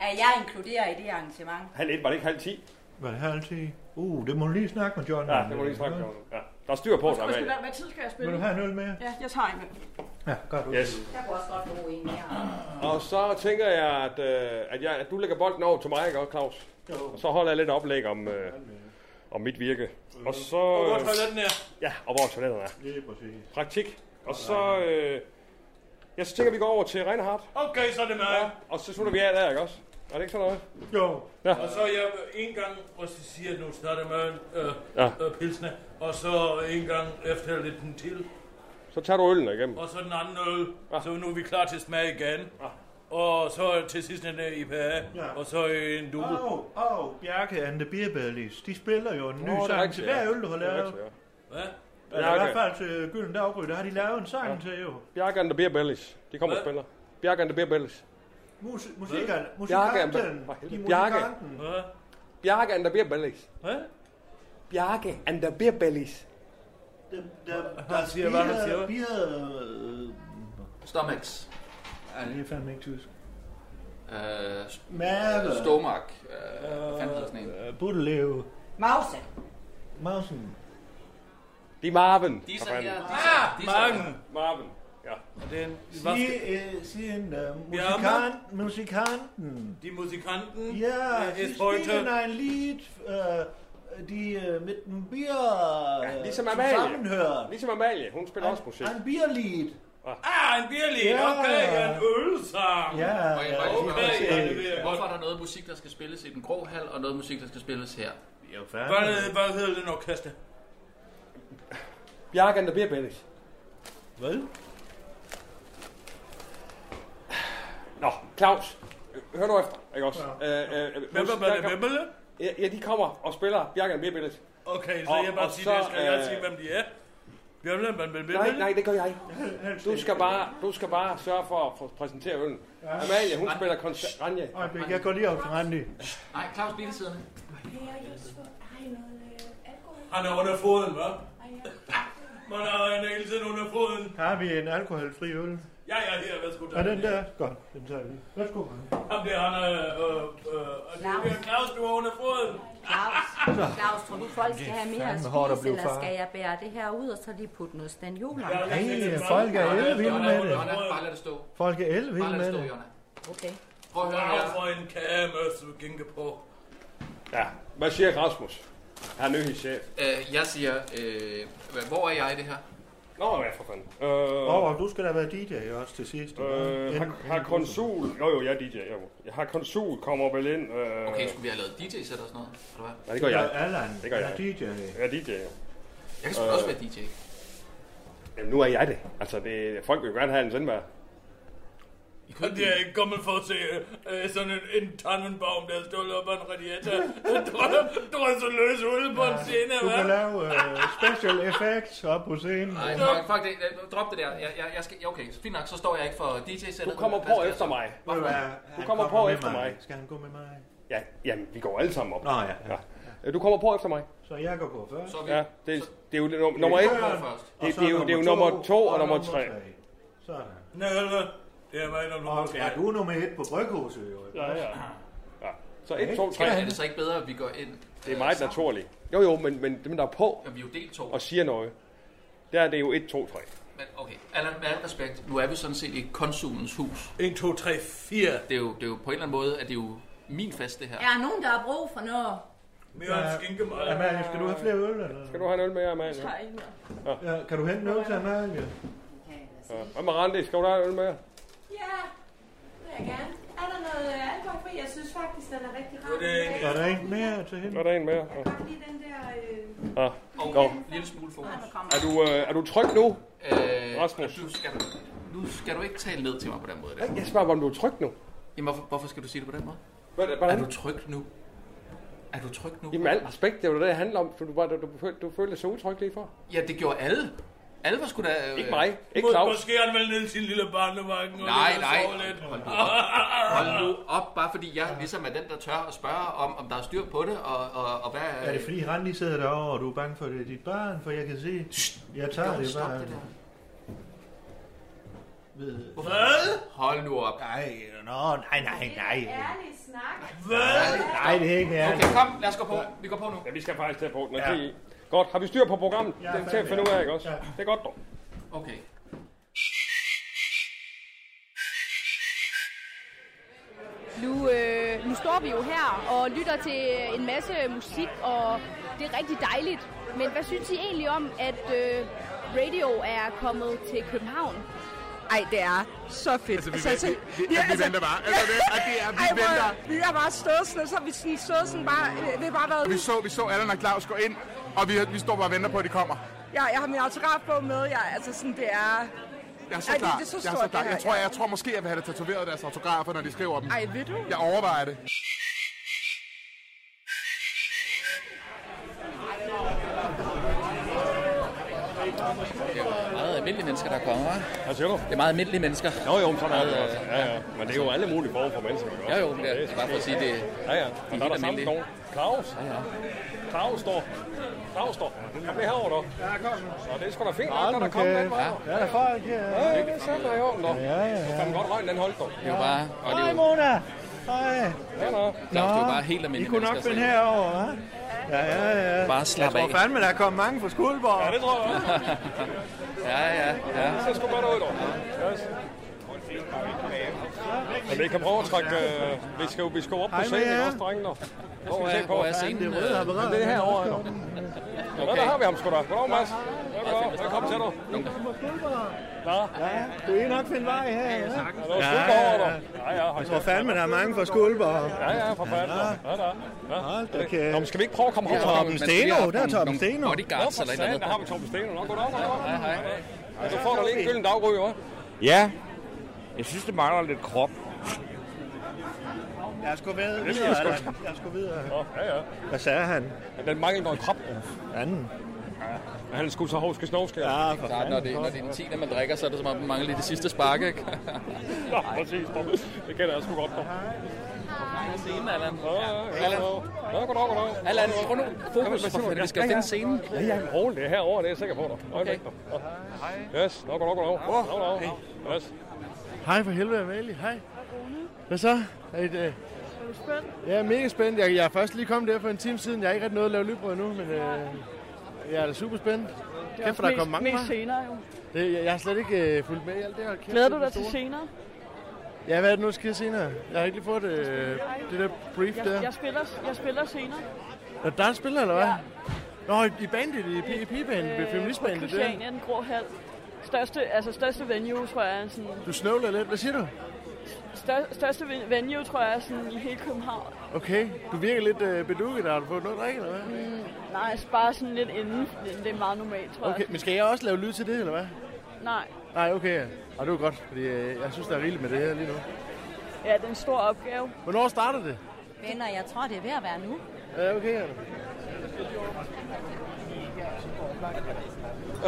S5: Er jeg inkluderet i det arrangement?
S1: Halv et, var det ikke halv ti?
S2: Hvad er halv ti? Uh, det må du lige snakke med John.
S1: Ja, det må du lige snakke om. Ja. Der er styr på dig,
S11: Undskyld,
S1: Amalie.
S11: hvad, hvad tid skal jeg
S2: Vil
S11: spille?
S2: du have en øl med?
S11: Ja, jeg tager en.
S2: Ja, godt.
S1: Yes.
S5: Jeg kunne også godt bruge en mere.
S1: Og så tænker jeg, at, øh, at, jeg, at du lægger bolden over til mig, ikke også, Claus? Og så holder jeg lidt oplæg om, øh, om mit virke. Og så...
S3: Hvor
S1: Øh,
S3: toiletten er?
S1: ja, og hvor toiletterne er.
S2: Lige præcis.
S1: Praktik. Og så... Øh, ja, så tænker vi går over til Reinhardt.
S3: Okay, så er det mig.
S1: Ja, og så slutter vi af der, ikke også? Er det ikke sådan noget?
S2: Jo.
S3: Og så jeg en gang, og så siger jeg, nu starter man øh,
S1: Ja.
S3: øh, pilsene, og så en gang efter lidt den til,
S1: Så tager du øllen igennem.
S2: Ah.
S3: og så den anden øl, så nu er vi klar til at smage igen. Og så til sidst en øh, IPA, ja. og så en dupe.
S2: Og, og Bjarke and the Beer Bellies, de spiller jo en ny
S3: Nå, det er
S2: sang
S3: rigtigt,
S2: til
S3: ja.
S2: hver øl, du har
S3: Det er
S2: lavet.
S3: rigtigt, Hvad?
S2: Eller i hvert fald til Gylden Daggry, der har de lavet en sang
S1: Ja.
S2: til jo.
S1: Bjarke and the Beer Bellies. De kommer og spiller. Bjarke and the Beer Bellies.
S2: Mus
S1: Hvad?
S2: musikan,
S1: Bjarke and the-
S2: musikanten,
S1: For
S2: i
S1: helvede. Bjarke.
S2: musikanten.
S1: Bjarke and the Beer Bellies.
S3: Hvad?
S1: Bjarke and the Beer Bellies.
S2: Der, der,
S1: Han siger, hvad han siger.
S2: Vi havde...
S4: Stomachs.
S2: øh, Ja, det er fandme ikke tysk.
S4: Øh,
S2: Mærke.
S4: Stomark. Øh, hvad fanden hedder sådan en?
S2: Buddeleve.
S5: Mause.
S2: øh, Mausen.
S1: De Marvin.
S4: De er
S1: for
S4: så
S1: fanden.
S4: her. De er så-
S3: Ah,
S4: de er så
S3: Marken.
S1: Marvin. Ja.
S3: Og det er en...
S2: Sig, øh, sig en uh,
S3: Bjarke.
S2: musikant, musikanten.
S3: De musikanten.
S2: Ja,
S3: øh,
S2: sie
S3: ist heute...
S2: spielen ein Lied, øh, de øh, mit dem Bier
S1: Ja,
S2: øh,
S1: ligesom Amalie.
S2: zusammenhører.
S1: Ligesom Amalie. Hun spiller også musik.
S2: Ein Bierlied.
S3: Ah, en bierlig.
S2: Ja.
S3: Okay, ja, en ølsang.
S2: Ja,
S4: Okay,
S2: ja,
S4: okay,
S3: okay, ja, det ved jeg
S4: Hvorfor er der noget musik, der skal spilles i den grå hal, og noget musik, der skal spilles her?
S3: Hvad, hvad hedder den orkester?
S1: Bjarke and the Beer Bellies.
S2: Hvad?
S1: Nå, Claus. Hør nu efter, ikke også? Ja. Øh, øh,
S3: Hvem er- hvem er- hvem er det?
S1: Ja, ja, de kommer og spiller Bjarke and the Beer Bellies.
S3: Okay, så
S1: Og-
S3: og, jeg bare
S1: og
S3: siger, det
S1: så,
S3: skal jeg
S1: øh,
S3: sige, hvem de er. Bjørnland, man vil
S1: Nej, nej, det gør jeg. Du skal bare, du skal bare sørge for at få præsentere øllen.
S2: Ja.
S1: Amalie, hun spiller koncert. Ranje.
S2: Øjeblik, jeg går lige op til Randi.
S4: Nej, Claus bliver siddende.
S3: Han er under foden, hva'? Man har en hele tiden under foden.
S2: Har vi en alkoholfri øl?
S3: Ja, ja, her, værsgo.
S2: Er den der? Godt, den tager vi. Værsgo. Randi.
S3: Ham der, han er... Øh, øh, og det er Claus, du er under foden.
S5: Claus, Claus, tror du, folk skal have mere at
S2: fandme hårdt at
S5: spise,
S2: blive
S5: eller
S2: far.
S5: skal jeg bære det her ud, og så lige putte noget stanioler?
S2: Nej, folk er elvilde med det.
S4: Bare lad det stå.
S2: Folk er elvilde
S4: Bare
S2: med
S4: lad det stå,
S2: det.
S4: Jonna.
S5: Okay.
S4: Prøv at høre
S3: Wow,
S4: her.
S3: for en kæmpe, som gænge på.
S1: Ja, hvad siger Rasmus? Han er ny chef.
S4: Øh, jeg siger, øh, hvad- hvor er jeg i det her?
S1: Nå, hvad for fanden. Øh,
S2: Og og du skal da være DJ også til sidst.
S1: øh, har, har konsul... Jo, jo, jeg er DJ. Jo. Jeg har konsul, kommer vel ind... Øh,
S4: Okay, skulle vi have lavet DJ-sæt og sådan noget? Eller hvad?
S1: Nej, det gør jeg.
S2: Allan,
S1: Det gør
S2: er
S1: jeg.
S2: DJ.
S1: Jeg er DJ, jo. Øh.
S4: Jeg kan sgu også være DJ.
S1: Jamen, nu er jeg det. Altså, det, folk vil jo gerne have en sendvær.
S3: Og det er ikke kommet for at se øh, sådan en, en tannenbaum, der står op ad en radiator. Du er så løs ude på en scene,
S2: Du kan
S3: hva'?
S2: lave øh, special effects op på scenen.
S4: Nej, fuck, fuck det. Øh, Drop det der. Jeg, jeg, jeg skal, ja, okay, så fint nok, så står jeg ikke for DJ-sættet.
S1: Du kommer på efter mig.
S2: Ved du hvad?
S1: Du
S2: Han
S1: kommer på
S2: med
S1: efter mig.
S2: Skal han gå med mig?
S1: Ja, jamen, vi går alle sammen op.
S2: Nå, ja, ja,
S1: ja. Øh, Du kommer på efter mig.
S2: Så jeg går på først.
S4: Så er vi,
S1: Ja, det, det er jo num- nummer et. Det, det, er jo, det er jo nummer to og nummer tre.
S2: Sådan.
S3: Nølve. Det er mig, der er nummer
S2: Og ja, du er nummer et på bryghuset, jo. ikke?
S1: Ja, ja. ja. Så et,
S2: Okay.
S1: to, tre.
S4: skal, er det så ikke bedre, at vi går ind?
S1: Det er meget naturligt. Jo, jo, men, men dem, der er på
S4: Jamen, vi er jo del to.
S1: og siger noget, der er det jo et, to, tre.
S4: Men okay, Allan, med al respekt, nu er vi sådan set i konsulens hus.
S3: 1, 2, 3, 4.
S4: Det er jo, det er jo på en eller anden måde, at det er jo min fest, det her.
S5: Er der nogen, der har brug for noget?
S3: Mere en skinke mig.
S2: Amalie, skal du have flere øl? Eller?
S1: Skal du have en øl med, Amalie?
S12: Jeg har ikke mere.
S2: Ja, kan du hente en øl til Amalie?
S1: Ja. Hvad med Randi? Skal du have en øl med?
S8: Ja, det vil jeg gerne. Er der noget øh, alkoholfri? Jeg synes faktisk, den er rigtig rar.
S3: Det
S4: Øh,
S3: er
S2: Er der ikke mere til hende?
S1: Er der en mere? Ja.
S8: Bare lige den der... Øh,
S1: Ja.
S4: Og
S1: Nå.
S4: en lille smule fokus.
S1: Er du, øh, er du tryg nu?
S4: Øh,
S1: Rasmus.
S4: Du skal, nu skal du ikke tale ned til mig på den måde. Der.
S1: Ej, Jeg spørger, om du er tryg nu.
S4: Jamen, hvorfor, hvorfor skal du sige det på den måde?
S1: Hvad-
S4: Er
S1: Hvordan?
S4: du tryg nu? Er du tryg nu?
S1: Jamen, al respekt, det er jo det, det handler om, for du, var, du, du, følte- du følte dig så utryg lige før.
S4: Ja, det gjorde alle. Alle var sgu da... Øh,
S1: Ikke mig, ikke
S3: Må,
S1: Claus.
S3: måske har han vel ned i sin lille barnevakken og
S4: Nej,
S3: ligger og
S4: nej.
S3: sover lidt. Ah.
S4: Hold nu op. Hold nu op, bare fordi jeg ligesom er den, der tør at spørge om, om der er styr på det, og, og, og hvad...
S2: Er det fordi Randi sidder derovre, og du er bange for, at det er dit barn? For jeg kan se, jeg tager det
S4: Stop
S2: bare.
S4: det der.
S2: Ved-
S3: Hvad?
S4: Hold nu op.
S2: Nej, nå, nej, nej, nej.
S8: ærlig snak.
S3: Hvad?
S2: Nej, det er ikke ærligt.
S4: Okay, kom, lad os gå på. Vi går på nu.
S1: Ja, vi skal faktisk til at bruge den.
S2: Ja.
S1: Ja. Godt, har vi styr på programmet?
S2: Ja,
S1: det er til
S2: fandme,
S1: at finde ud
S2: ja.
S1: af, ikke også?
S2: Ja.
S1: Det er godt, dog.
S4: Okay.
S9: Nu, øh, nu står vi jo her og lytter til øh, en masse musik, og det er rigtig dejligt. Men hvad synes I egentlig om, at øh, radio er kommet til København?
S13: Ej, det er så fedt. Altså,
S14: vi venter- vi- vi venter bare. Altså, det er- det er- vi
S13: Ej, hvor-
S14: venter.
S13: Vi har bare stået sådan, og så har vi sådan, stået sådan bare... øh, Det har bare været...
S14: Vi så, vi så Allan og Claus gå ind, og vi, vi står bare og venter på, at de kommer.
S13: Ja, jeg har min autograf på med. Jeg, altså sådan, det er...
S14: Jeg er så
S13: Ej, det-
S14: klar.
S13: det er så
S14: jeg, er så
S13: stort,
S14: klar.
S13: det her.
S14: jeg tror, jeg tror måske, jeg vil have det tatoveret deres autografer, når de skriver dem.
S13: Ej, vil du?
S14: Jeg overvejer det.
S4: Meget almindelige mennesker, der kommer, hva'?
S1: Hvad siger du?
S4: Det er meget almindelige mennesker.
S1: Jo, jo, men sådan er det
S4: Meget,
S1: også.
S4: øh,
S1: Ja, ja. Men det er jo alle mulige former for mennesker, der gør
S4: Jo, jo, men det er bare for at sige, det-
S1: Ja, ja.
S4: helt
S1: Men der er der samme
S4: almindelige.
S1: nogen. Claus. Ja, ja. Claus står. Claus står. Kom lige herover, dog. Ja, kom. Og det er sgu da fint, nok, når der kommer den vej.
S2: Ja, der er folk her.
S1: Ja, det er sandt, der er i orden, dog.
S2: Ja, ja,
S1: Så kan man godt røgne den holdt, dog.
S4: Det er jo bare... Og det er
S2: Hej,
S4: jo,
S2: Mona. Hej.
S1: Ja, nå.
S4: Claus, det er jo bare helt almindelige
S2: I kunne nok
S4: mennesker,
S2: finde
S4: så-
S2: herover, hva'? Ja, ja, ja.
S4: Bare slap
S2: Jeg
S4: af.
S2: tror fandme, der er kommet mange fra Skuldborg.
S1: Ja, det tror jeg også.
S4: ja, ja, ja.
S1: Det ser sgu godt ud, dog. Yes. Men vi kan prøve at trække... Øh, vi, skal, jo- vi skal jo op på
S2: Hej med
S1: scenen
S2: jer.
S1: også, drengene. dog.
S4: Hvor
S1: Skal vi
S4: er,
S1: se på?
S4: hvor er scenen?
S1: Jamen,
S4: øh,
S1: Det er herovre, jo. Okay. Nå, der har vi ham sgu da. Goddag, Mads. Velkommen, velkommen til dig.
S2: Ja, du er nok finde vej her. Ja,
S1: Ja, ja, ja. ja,
S2: Jeg tror fandme, der er mange fra Skuldborg.
S1: Ja, ja, for fanden. Ja, ja. ja.
S2: Hold da kæft.
S1: Nå, men skal vi ikke prøve at komme
S2: Ja,
S1: herover?
S2: Torben Man skal lige Steno, have der er nogle- Torben nogle Steno.
S4: bodyguards eller et eller andet.
S1: Der har vi Torben Steno. Nå, goddag, goddag. Hej, hej. Ja, så får du lige en gylden daggry, hva'?
S15: Ja, jeg synes, det mangler lidt krop.
S2: Jeg skulle videre.
S1: Det skal vi sgu da.
S2: Allan. Jeg skulle videre.
S1: Nå, ja, ja.
S2: Hvad sagde han?
S1: Den mangler noget krop.
S2: Anden.
S1: Ja, han skulle så hovske snovske. Ja,
S2: for
S4: Klart, når, det, når det er en 10, man drikker, så er det som om, man mangler lige det sidste spark, ikke?
S1: Nå, præcis. Torben. Det kender jeg sgu godt. dog.
S4: Hej, scenen, Allan.
S1: Allan. Nå, goddag, goddag.
S4: Allan, prøv nu fokus for fanden, vi skal finde scenen.
S1: Ja, ja, men rolig, det er herovre, det er jeg sikker på dig. Okay. Hej. Yes, nå, goddag, goddag. Goddag, goddag. Yes.
S10: Hej for helvede, Amalie. Hej. Hvad så? Er I, øh...
S11: Er du spændt?
S10: Jeg er mega spændt. Jeg, jeg er først lige kommet der for en time siden. Jeg har ikke rigtig nået at lave lydbrød endnu, men øh... jeg er da super spændt.
S11: Det er
S10: Kæft,
S11: også
S10: for der er
S11: mest,
S10: kommet mange
S11: mest
S10: fra.
S11: senere jo.
S10: Det, jeg, jeg har slet ikke øh, fulgt med i alt det her. Kæft,
S11: Glæder
S10: det
S11: du
S10: er
S11: dig
S10: store.
S11: til senere?
S10: Ja, hvad er det nu, der sker senere? Jeg har ikke lige fået øh, det der brief
S11: Jeg,
S10: der.
S11: jeg, spiller, jeg spiller senere.
S10: Er det dig, der spiller, eller hvad? Ja. Nå, i- i bandet, i p- i pigebandet, øh,
S11: på
S10: feministbandet der.
S11: Christiania, den grå hal. Største, altså største venue, tror jeg, er sådan...
S10: Du snøvler lidt. Hvad siger du?
S11: Stør, største ven- venue, tror jeg, er sådan i hele København.
S10: Okay, du virker lidt øh, bedukket. Har du fået noget at drikke, eller hvad?
S11: Mm, nej, bare sådan lidt inden. Det, det er meget normalt, tror
S10: Okay,
S11: jeg.
S10: men skal jeg også lave lyd til det, eller hvad?
S11: Nej.
S10: Nej, okay. ja. Og det var godt, fordi øh, jeg synes, der er rigeligt med det her lige nu.
S11: Ja, det er en stor opgave.
S10: Hvornår starter det?
S5: Venner, jeg tror, det er ved at være nu.
S10: Ja, okay. Anna.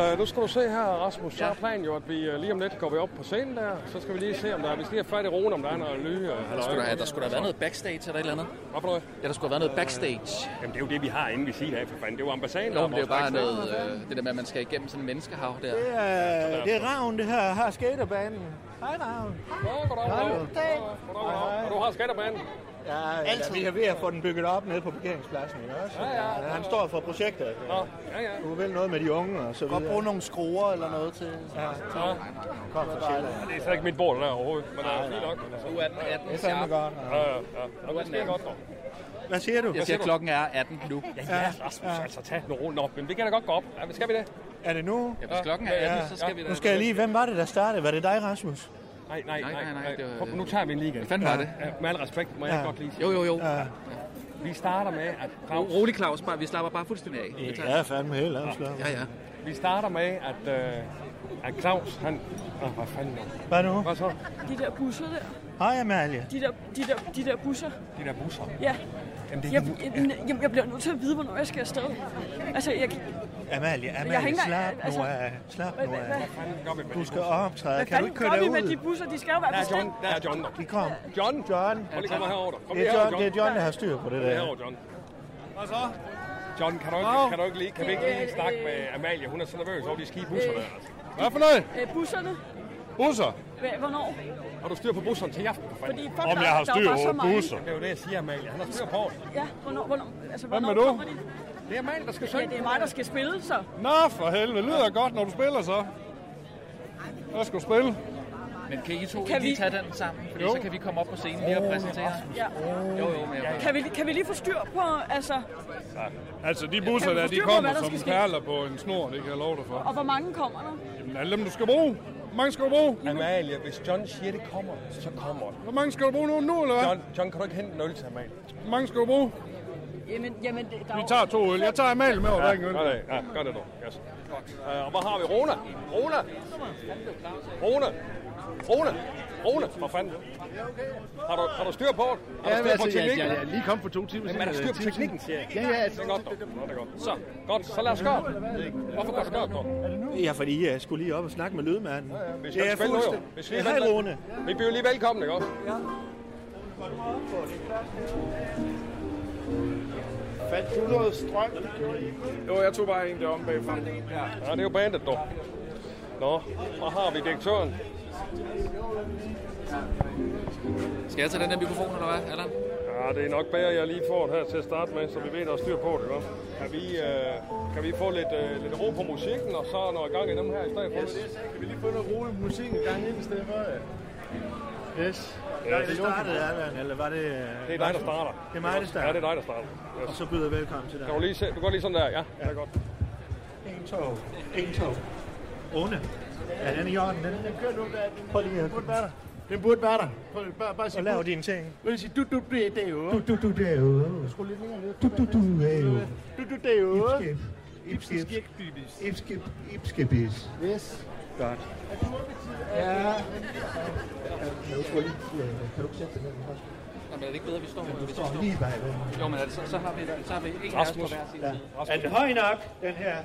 S1: Øh, nu skal du se her, Rasmus, så er planen jo, at vi øh, lige om lidt går vi op på scenen der, så skal vi lige se, om der er, vi skal lige have fat i roen, om der er noget øh, lyge.
S4: Der skulle der, der skulle der være noget backstage eller et eller andet.
S1: Hvad for noget?
S4: Ja, der skulle have været noget backstage.
S1: Jamen, det er jo det, vi har inde ved siden af, for fanden. Det er jo ambassaden,
S4: Jo,
S1: der
S4: men det er jo bare
S1: vores backstage.
S4: noget, øh, det der med, at man skal igennem sådan en menneskehav der.
S10: Det er, det er Ravn, det her. Har skaterbanen. Hej, Ravn.
S1: Hej. Goddag. Og du har skatterbanen.
S10: Ja, ja, vi er ved at få den bygget op nede på parkeringspladsen, ikke også?
S1: Ja, ja.
S10: Han står for projekter.
S1: Nå, ja, ja.
S10: Du vil noget med de unge og så videre.
S1: Godt bruge
S10: nogle skruer eller noget til. Ja, Kom for sjældent.
S1: Det er slet ikke mit bord der overhovedet, men det er fint nok.
S4: Nu er den 18.
S10: Det er fandme godt.
S1: Ja, ja, ja. Nå, det sker godt, dog.
S10: Hvad siger du?
S4: Jeg siger, klokken er 18 nu.
S1: Ja, ja, Rasmus, altså tag den roligt op. Men vi kan da godt gå op. Ja, men skal vi det?
S10: Er det nu?
S4: Ja, hvis klokken er 18, så skal vi da...
S10: Nu skal jeg lige... Hvem var det, der startede? Var det dig, Rasmus?
S1: Nej, nej, nej.
S4: Nej, nej, nej, det var-
S1: Kom, nu tager vi en lige igen.
S4: Hvad fanden var det?
S1: Ja, med al respekt, må jeg
S4: Ja.
S1: godt lige sige.
S4: Jo, jo, jo.
S1: Ja. Vi starter med, at
S4: Ro- Rolig Claus, bare, vi slapper bare fuldstændig af. Det er klart.
S10: fandme helt
S4: Ja, ja.
S1: Vi starter med, at, øh, at Claus, han... Åh, hvad fanden nu?
S10: Hvad nu?
S1: Hvad så?
S11: De der busser der.
S10: Hej, Amalie.
S11: De der, de der, de der busser.
S1: De der busser.
S11: Ja.
S1: Jamen,
S11: jeg, jeg, jeg, jeg bliver nødt til at vide, hvornår jeg skal afsted. Altså, jeg,
S10: Amalie,
S11: Jeg har
S10: Amalie,
S11: ikke
S10: slap
S11: engang-
S10: nu
S11: altså-
S10: af. Slap
S11: Hvad-
S10: nu
S11: hvad- hvad-
S10: af.
S1: gør vi med
S10: Du skal optræde.
S11: Hvad
S10: Kan du
S11: fanden
S10: ikke
S11: gør
S10: køre
S11: vi
S10: derud?
S11: med de busser? De skal jo være
S1: Der er John.
S11: bestemt.
S1: Der er John. Der.
S10: De kom.
S1: John.
S10: John.
S1: Prøv lige at komme herover. der.
S10: Det
S1: Kom lige
S10: er
S1: herover,
S10: John, det er John, der har styr på det
S1: Kom lige
S10: der.
S1: herover, John.
S10: Hvad så?
S1: John, kan du ikke,
S10: Hov.
S1: kan du ikke lige, kan vi ikke lige snakke med Amalie? Hun er så nervøs over de skibusser der. altså.
S10: Hvad for noget?
S11: Øh, busserne.
S10: Busser?
S11: Hva- Hvornår?
S1: Har du styr på busserne til i aften? for fanden?
S11: Fordi fuck, Om der- jeg har der er styr bare så over mange. busser.
S1: Det er jo det, jeg siger, Amalie. Han har styr på. det.
S11: Ja, hvornår? hvornår altså,
S1: Hvem
S11: hvornår
S1: er du?
S11: kommer de?
S1: Det er mig, der skal
S11: synge. Ja, det er mig, der skal spille, så.
S16: Nå, for helvede. Lyder godt, når du spiller så. Hvad skal du spille?
S4: Men kan I to
S11: Kan
S4: kan lige
S11: vi-
S4: tage den sammen? Fordi
S11: Jo.
S4: så kan vi komme op på scenen lige og præsentere.
S11: Ja.
S4: Jo, jo, men jeg...
S11: Kan vi, kan vi lige få styr på, altså,
S16: Altså, de busser
S11: Kan du få
S16: der, de
S11: styr på,
S16: kommer
S11: hvad der
S16: som
S11: skal ske?
S16: perler på en snor, det kan jeg love dig
S11: og
S16: for.
S11: hvor mange kommer der?
S16: Jamen, alle dem, du skal bruge. Hvor mange skal du bruge?
S1: Amalie, hvis John siger, det kommer, så kommer det.
S16: Hvor mange skal du bruge nu, nu eller hvad?
S1: John, John, kan du ikke hente en øl til Amalie?
S16: Hvor mange skal du bruge?
S11: Jamen, jamen det, der
S16: Vi tager to øl. Jeg tager Amalie med over
S1: Ja,
S16: ja, en øl.
S1: gør det. Ja, gør det dog. Yes. Øh, og hvor har vi Rona? Rona? Rona? Rona? Rona? For fanden. Har du, har du styr på det? Har du
S10: Ja, men
S1: styr på
S10: altså, jeg,
S1: teknikken?
S10: jeg, jeg er lige kommet for to timer
S1: Jamen, er der
S10: øh,
S1: styr på
S10: timer siden.
S1: teknikken, siger jeg?
S10: Ja, ja.
S1: Det er godt, dog. Nå, det er godt. Så, godt. Så lad os gøre det. Hvorfor går du gøre det, dog?
S2: Ja, fordi jeg skulle lige op og snakke med lydmanden. Ja,
S1: Vi skal spille nu, jo. Vi skal
S2: Ja,
S1: lige
S2: hej,
S1: vente.
S2: Rune.
S1: Vi bliver lige velkommen, ikke også?
S17: Fandt du noget strøm? Jo, jeg tog bare en der om bagfra.
S1: Ja, det er jo bandet, dog. Nå, hvor har vi direktøren?
S4: Skal jeg tage den der mikrofon, eller hvad, Allan?
S1: Ja, det er nok bedre, jeg lige får den her til at starte med, så vi ved, at der er styr på det, ikke? Kan vi, øh, kan vi få lidt, øh, lidt ro på musikken, og så noget gang i dem her i stedet for? Yes.
S10: Kan vi lige få noget rolig musik en gang ind i stedet for? Yes.
S2: Ja, det startede Allan, eller var det... Det
S1: Det er dig, der starter.
S2: Det er mig, der starter.
S1: Ja, det er dig, der starter.
S2: Og så byder jeg velkommen til dig.
S1: Kan du lige se? Du kan godt lige sådan der, ja? Det er godt.
S2: En tog. En tog. Rune. Ja, den er i orden, den.
S10: Den kører nu, der. Den
S2: Prøv lige at...
S10: burde være der. Den burde være der. Prøv lige, bare, bare
S2: Og lav dine ting.
S10: Vil du sige, du, du, det er det jo.
S2: Du, du, du, det er jo.
S10: Skru lidt længere ned.
S2: Du, du, du, det er jo.
S10: Du, du, det er jo.
S2: Ibskib.
S10: Ibskib.
S2: Ibskib. Ibskibis.
S10: Yes. Ja.
S2: Godt.
S4: Kan du ikke sætte den her? Jamen, er det ikke bedre, at vi står her? hvis vi står
S2: lige bag ved
S4: Jo, men er det, så, så har vi, så har vi en af os på
S2: Rasmus.
S4: hver sin
S2: Ja.
S4: side.
S2: Er den høj nok, den her?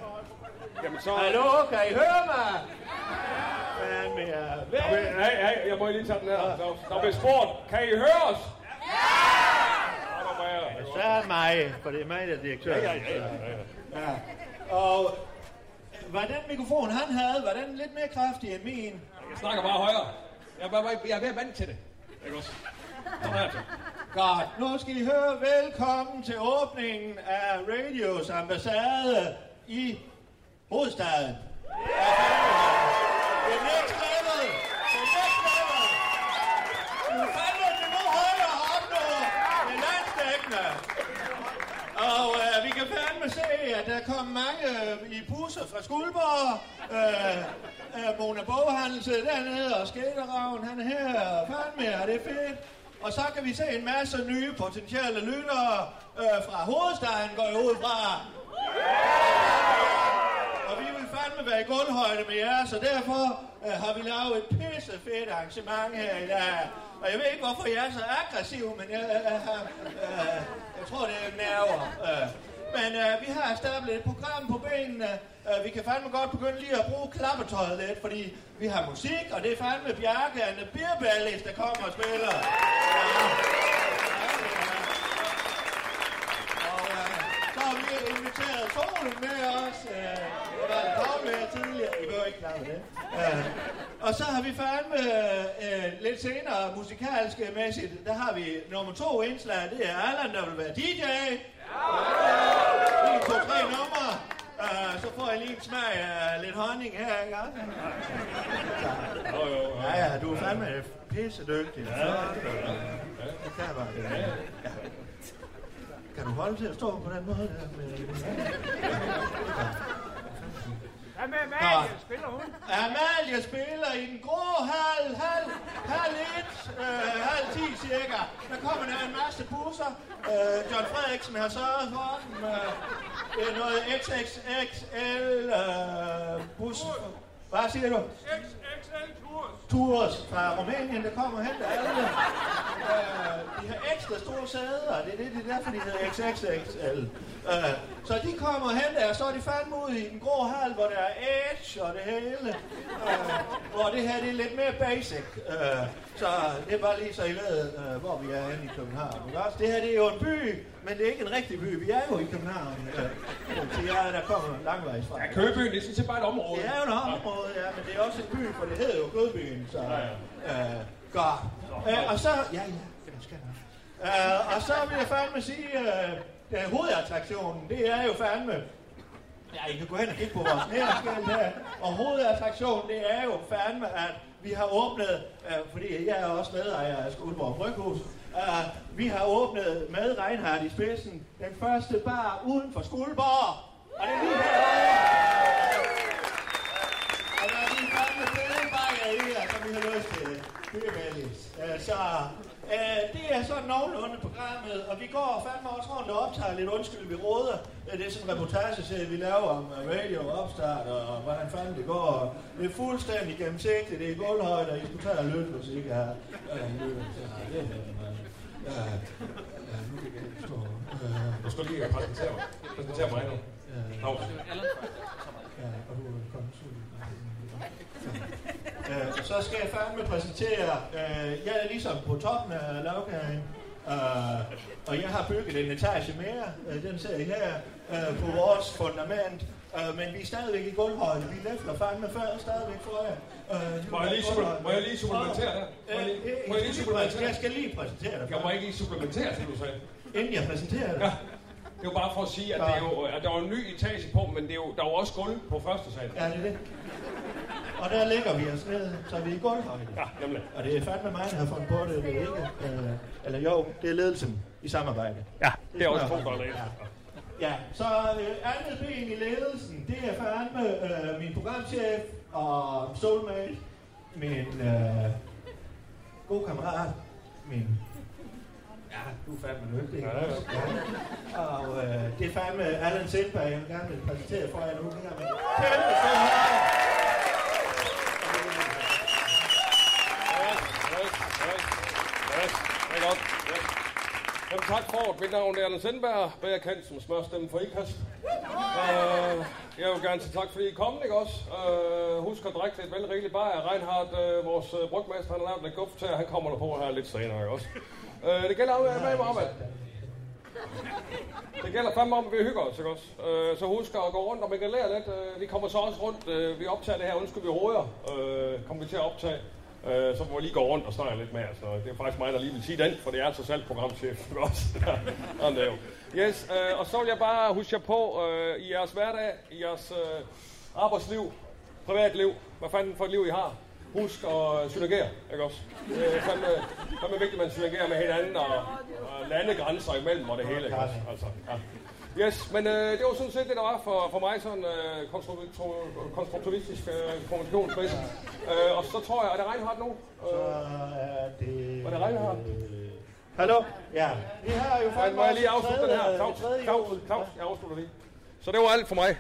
S1: Jamen, så...
S2: Hallo, kan I høre mig? Hvad med
S1: Okay, hey, hey, jeg må lige tage den her. Der, der bliver spurgt, kan I høre os? Ja!
S2: Så er det mig, for det er mig, der er direktør.
S1: Ja, ja, ja, ja,
S2: ja. Og var den mikrofon, han havde, var den lidt mere kraftig end min?
S1: Jeg snakker bare højere. Jeg er, bare, bare- jeg er mere vant til det. Ikke også? Kom her til.
S2: Godt, nu skal I høre velkommen til åbningen af Radios ambassade i hovedstaden. The next level! The next level! Nu fandme det nu højere op nu! Det er landsdækkende! Og øh, vi kan fandme se, at der kom mange øh, i busser fra Skuldborg. Øh, øh, Mona Boghandel sidder dernede, og Skætteravn han er her. Og fandme, og det er fedt. Og så kan vi se en masse nye potentielle lyttere øh, fra hovedstaden, går jeg ud fra. Og vi vil fandme være i gulvhøjde med jer, så derfor øh, har vi lavet et pisse fedt arrangement her i dag. Og jeg ved ikke, hvorfor jeg er så aggressiv, men jeg, øh, øh, øh, jeg tror, det er nerver. Øh. Men øh, vi har stablet et program på benene. Øh, vi kan fandme godt begynde lige at bruge klappetøjet lidt, fordi vi har musik, og det er fandme Bjarke and the Beer Ballis, der kommer og spiller. Så har vi inviteret solen med os. Øh, der var en kavl med tidligere. I behøver ikke klare det. Øh, og så har vi fandme øh, øh, lidt senere musikalsk mæssigt, der har vi nummer to indslag. Det er Allan, der vil være DJ. Ja! En, to, tre numre. Øh, så får jeg lige en smag af lidt honning her, ikke også? Ja, ja, du er fandme pisse dygtig. Ja, ja, ja. Det kan jeg bare. Ja. Kan du holde til at stå på den måde der? Med...
S13: Hvad med
S2: Amalie?
S13: Spiller hun?
S2: Amalie spiller i den grå halv, halv, halv et, øh, halv ti cirka. Der kommer der en masse busser. Øh, John Frederiksen har sørget for dem. Øh, det er noget XXXL øh, bus. Hvad siger du? Tours fra Rumænien, der kommer hen til alle. Øh, de har ekstra store sæder, det er det, det er derfor, de hedder XXXL. Øh, så de kommer hen der, og så er de fandme ud i den grå hal, hvor der er edge og det hele. Øh, hvor det her, det er lidt mere basic. Øh, så det er bare lige så I ved, øh, hvor vi er henne i København. Ikke også? Det her, det er jo en by, men det er ikke en rigtig by. Vi er jo i København. Øh, til jer, der kommer langvejs fra.
S1: Ja, Køge by, det er sådan set bare et område.
S2: Det er jo et område, ja, men det er også en by, for det hedder jo Godbyen, så... Ja, ja. Øh, godt. Øh, og så... Ja, ja, det skal jeg nok. øh, Og så vil jeg fandme sige, øh, øh, hovedattraktionen, det er jo fandme... Ja, I kan gå hen og kigge på vores nærskæld her. Og hovedattraktionen, det er jo fandme, at vi har åbnet, øh, fordi jeg er også medejer af Skuldborg Bryghus, øh, vi har åbnet med Reinhardt i spidsen den første bar uden for Skuldborg. Og det er lige herovre. Og der er lige fandme fede bajer i her, som vi har lyst til. Nyvalget. Øh, så øh, det er sådan nogenlunde programmet, og vi går fandme også rundt og optager lidt undskyld, vi råder. Øh, Det er sådan en reportageserie, vi laver om øh, radio og opstart, og hvordan fanden det går. Og Det er fuldstændig gennemsigtigt, det er gulvhøjde, og I skulle tage og lytte, hvis I ikke har øh, lyttet. Så det er øh, Ja, ja, nu kan jeg ikke forstå. Øh,
S1: Du skal lige præsentere mig. Præsentere mig nu.
S2: Ja.
S1: Claus.
S2: Ja, og du er konsul. Øh, så skal jeg fandme præsentere, øh, jeg er ligesom på toppen af lavkagen, øh, og jeg har bygget en etage mere, øh, den ser I her, øh, på vores fundament, øh, men vi er stadigvæk i gulvhøjde, vi læfler fandme før stadigvæk for jer. Øh,
S1: Må jeg lige supple- må jeg lige supplementere her? Må jeg lige- må jeg lige supplementere?
S2: Jeg skal lige præsentere dig.
S1: Jeg må ikke lige supplementere, som du sagde.
S2: Inden jeg præsenterer dig.
S1: Ja. Det var bare for at sige, at, det er jo, at der er jo en ny etage på, men det er jo, der er jo også gulv på første sal.
S2: Ja, det er det. Og der ligger vi os ned, så vi er i gulvhøjde.
S1: Ja, nemlig.
S2: Og det er fandme mig, der har fundet på det, det er ikke. Øh, eller jo, det er ledelsen i samarbejde.
S1: Ja, det er også
S2: smager
S1: to godt
S2: godt. Ja, så øh, andet ben i ledelsen, det er fandme øh, min programchef og soulmate, min øh, god kammerat, min... Ja, du er fandme nødt ja, ja. Og øh, det er fandme Allan Sindberg, jeg vil gerne vil præsentere for jer nu. Det her med en kæmpe stor hånd.
S1: Jamen, tak for det. Mit navn er Anders Sendberg, bedre kendt som smørstemmen for Ikast. Øh, jeg vil gerne sige tak, fordi I kom, ikke også? Øh, husk at drikke lidt vel rigeligt bare. Reinhardt, øh, vores øh, brugmester, han har lavet lidt guf til, og han kommer der på her lidt senere, ikke også? Øh, det gælder af med mig, mand. Det gælder fandme om, at vi hygger os, ikke også? Øh, så husk at gå rundt og megalere lidt. Øh, vi kommer så også rundt. Øh, vi optager det her, undskyld, vi råder. Øh, kommer vi til at optage. Øh, så må vi lige gå rundt og snakke lidt mere. Så det er faktisk mig, der lige vil sige den, for det er trods alt programchef ikke også. Sådan er det jo. yes, øh, og så vil jeg bare huske jer på øh, i jeres hverdag, i jeres øh, arbejdsliv, privatliv, hvad fanden for et liv I har. Husk at øh, synergere, ikke også? Det er fandme, fandme vigtigt, at man synergerer med hinanden og, og landegrænser imellem og det hele, ikke også? Altså, ja. Yes, men øh, det var sådan set det, der var for, for mig, sådan øh, konstru- tro- konstruktivistisk øh, kommunikationsmæssigt. Øh, og så tror jeg, er det Reinhardt nu? Øh,
S2: det... øh,
S1: Var det Reinhardt?
S2: Hallo? Ja. Vi har jo
S1: Nej,
S2: fandme
S1: må jeg lige
S2: også en
S1: afslutte den her?
S2: tredje-
S1: Claus,
S2: tredje
S1: Claus,
S2: jul.
S1: Claus, jeg afslutter lige. Så det var alt for mig.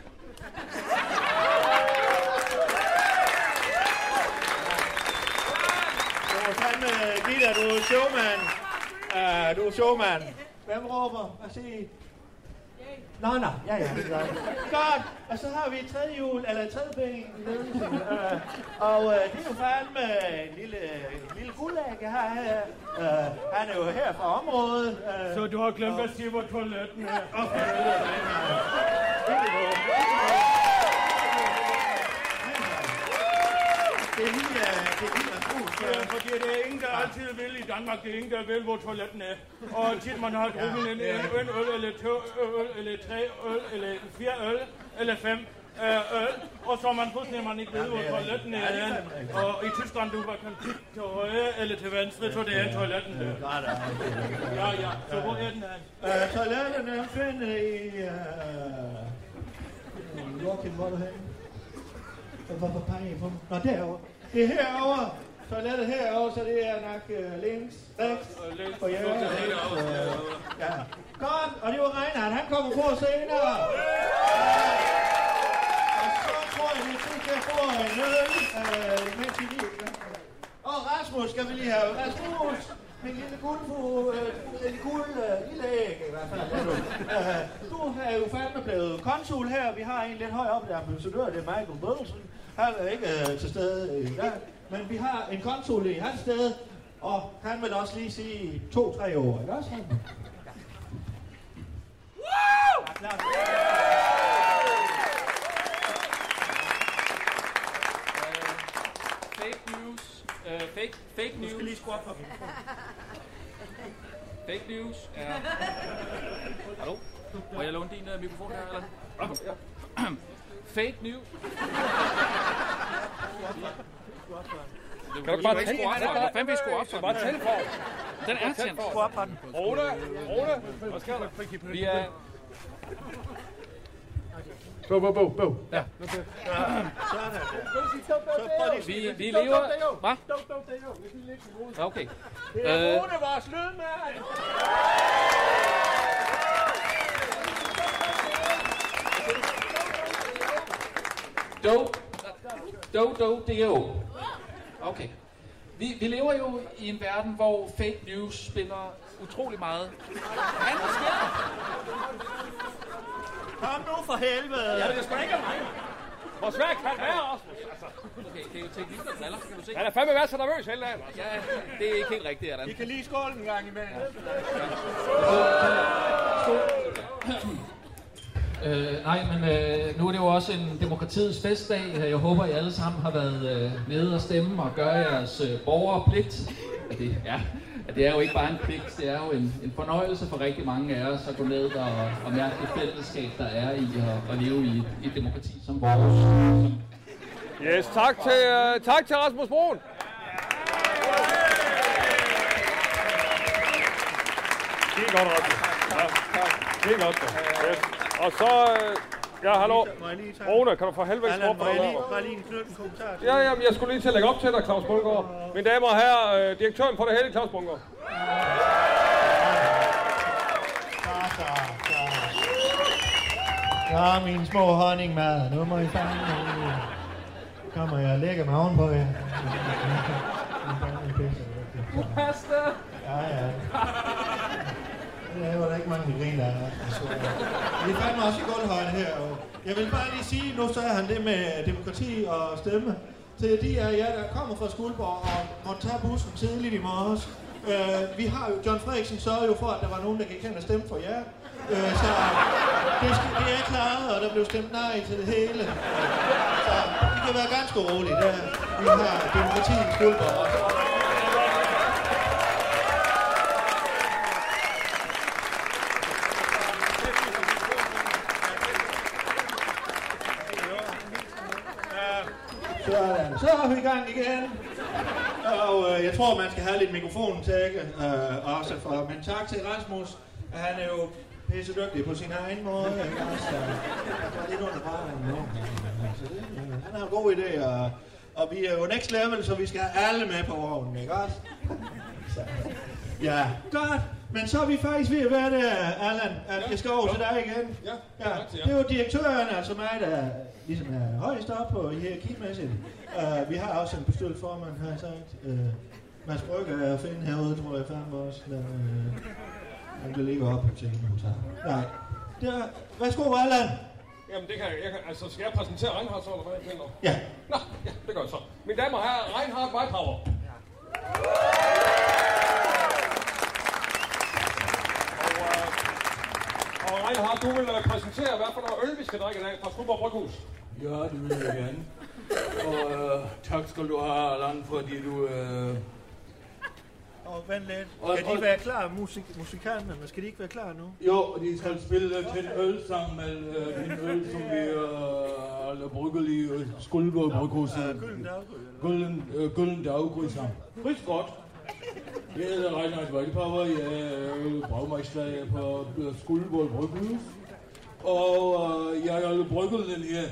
S2: Du er fandme, Gita, øh, du er showman. Uh, du er showman. Hvem råber? Hvad siger I? Nå, nå, ja, ja. det er godt. Godt, og så har vi et tredje hjul, eller et tredje ben i ledelsen. Øh, og øh, det er jo fandme en lille, en lille guldæg, jeg har her. Øh, han er jo her fra området. øh,
S3: Så du har glemt
S2: og-
S3: at sige, hvor toiletten er.
S2: Det er lige, uh, det er lige, uh,
S3: ja, fordi det er ingen, der altid vil i Danmark. Det er ingen, der vil, hvor toiletten er. Og tit man har drukket en, en, en øl, eller to øl, eller tre øl, eller fire øl, eller fem øh, øl. Og så er man pludselig, at man ikke ved, hvor toiletten er. Og i Tyskland, du bare kan kigge til højre eller til venstre, så det er toiletten der. Ja, ja. Så hvor er den her?
S2: Øh, toiletterne er finde i... Øh, Joachim, hvor er du henne? Hvor- Hvorfor peger I på mig? Nå, derovre. Det er herovre. Toilettet herovre, så det er nok øh, links, rechts
S3: Læs-
S2: og
S3: så det hele
S2: ja.
S3: af.
S2: Ja. Godt, og det var Reinhardt. Han kommer på senere. Og så tror jeg, vi er tid til at få en øl, øh, mens vi lige... Og Rasmus skal vi lige have. Rasmus, min lille guldfu, øh, lille guld, øh, lille æg i hvert fald. er du. Øh, du er jo fandme blevet konsul her. Vi har en lidt høj op, der er ambassadør, det er Michael Bødelsen. Han er ikke øh, til stede i dag, men vi har en konsul i hans sted, og han vil også lige sige to-tre år, ikke også? Rasmus?
S4: Fake news. Øh, fake, fake news. Du skal lige skrue op for Fake news er... Hallo? Må jeg låne din uh, mikrofon her, eller? fake news.
S1: Kan du ikke bare tænde
S4: for?
S1: for?
S4: Hvad fanden vil I skrue op for?
S1: Bare tænde for.
S4: Den er
S1: Bare tænd
S4: tændt.
S1: for. Rune, Rune, hvad sker der?
S4: Vi er...
S18: Bog, bog, bog, bog.
S16: Ja. Vi, vi lever... Hvad? Ja, Okay.
S2: Det er
S16: Øh,
S2: Rune, vores lydmand.
S16: Do. Do, do, do. Okay. Vi, vi lever jo i en verden, hvor fake news spiller utrolig meget.
S2: Kom nu for helvede.
S16: Ja, det er sgu da ikke mig.
S1: Hvor svært kan det være, Rasmus? Altså.
S16: Okay, det er jo teknik, der driller, kan du se.
S1: Han er fandme været så nervøs hele dagen.
S16: Ja, det er ikke helt rigtigt, Adam.
S2: I kan lige skåle en gang imellem.
S4: Øh, nej, men øh, nu er det jo også en demokratiets festdag. Øh, Jeg håber, I alle sammen har været øh, nede og stemme og gøre jeres øh, borgerpligt. At det, ja, at det er jo ikke bare en pligt, det er jo en, en fornøjelse for rigtig mange af os at gå ned og, og mærke det fællesskab, der er i at, at leve i et, et demokrati som vores. Som
S1: Yes, tak til, uh, tak til Rasmus Broen. Det er godt, Rasmus. Ja, det er godt, da. Yes. Og så... øh, Ja, hallo. Rune, kan du for helvede
S2: Allan,
S1: skrubbe
S2: må
S1: dig
S2: jeg lige,
S1: derovre?
S2: bare lige knytte en kommentar til
S1: Ja, ja, men jeg skulle lige til at lægge op til dig, Claus Bundgaard. Mine damer og herrer, øh, direktøren for det hele, Claus Bundgaard.
S2: Ja, mine små honningmader, nu må I fange mig. Kommer jeg og lægger mig ovenpå jer.
S16: Pasta!
S2: Ja, ja. Det var der ikke mange, der griner af. altså. Vi er fandme også i guldhøjde her. og Jeg vil bare lige sige, nu sagde han det med demokrati og stemme. Til de af jer, der kommer fra Skuldborg og måtte tage bussen tidligt i morges. Øh, vi har jo, John Frederiksen sørgede jo for, at der var nogen, der gik hen og stemte for jer. Øh, så det, skal, det er klaret, og der blev stemt nej til det hele. Så I kan være ganske rolige. Der, vi har demokrati i Skuldborg. Og Sådan, så er vi i gang igen. Og øh, jeg tror, man skal have lidt mikrofon til, øh, også for, men tak til Rasmus. Han er jo pisse dygtig på sin egen måde. Ikke? også? Så Jeg er lidt under barmen nu. Så det, øh, Han har en god idé, og, og vi er jo next level, så vi skal have alle med på vognen, ikke også? Så, ja, godt. Men så er vi faktisk ved at være der, Allan, at jeg skal over til dig igen.
S1: Ja,
S2: Ja, det er jo direktøren, altså mig, der ligesom er højst op på hierarkimæssigt. Uh, vi har også en bestyrelsesformand, har jeg sagt. Uh, Mads Brygger er at finde herude, tror jeg fandme også. Der, uh, han kan ligge op og tænke, hun tager. Nej. Der, værsgo, Allan.
S1: Jamen, det kan jeg, jeg kan, altså, skal jeg præsentere Reinhardt så, eller hvad? Peter?
S2: Ja.
S1: Nå, ja, det gør jeg så. Mine damer og herrer, Reinhardt øh, Weithauer. Og Reinhardt, du vil øh, præsentere, hvad for noget øl, vi skal drikke i dag fra Skuborg Bryghus.
S3: Ja, det vil jeg gerne. Og øh, tak skal du have, Allan, fordi du... Øh,
S2: Og vent lidt.
S3: Og-
S2: Skal de
S3: og-
S2: være klar, musik, musikanterne? Skal de ikke være klar nu?
S3: jo, de skal spille til en øl sammen med øh, en øl, som vi øh, alle brygger lige øh, skulper og brygger sammen. Gulden, øh, gulden daggry sammen. Rigtig godt. Jeg hedder Reinhard Weidpauer, jeg er bragmeister på øh, Skuldborg Bryghus. Og øh, jeg har brygget den her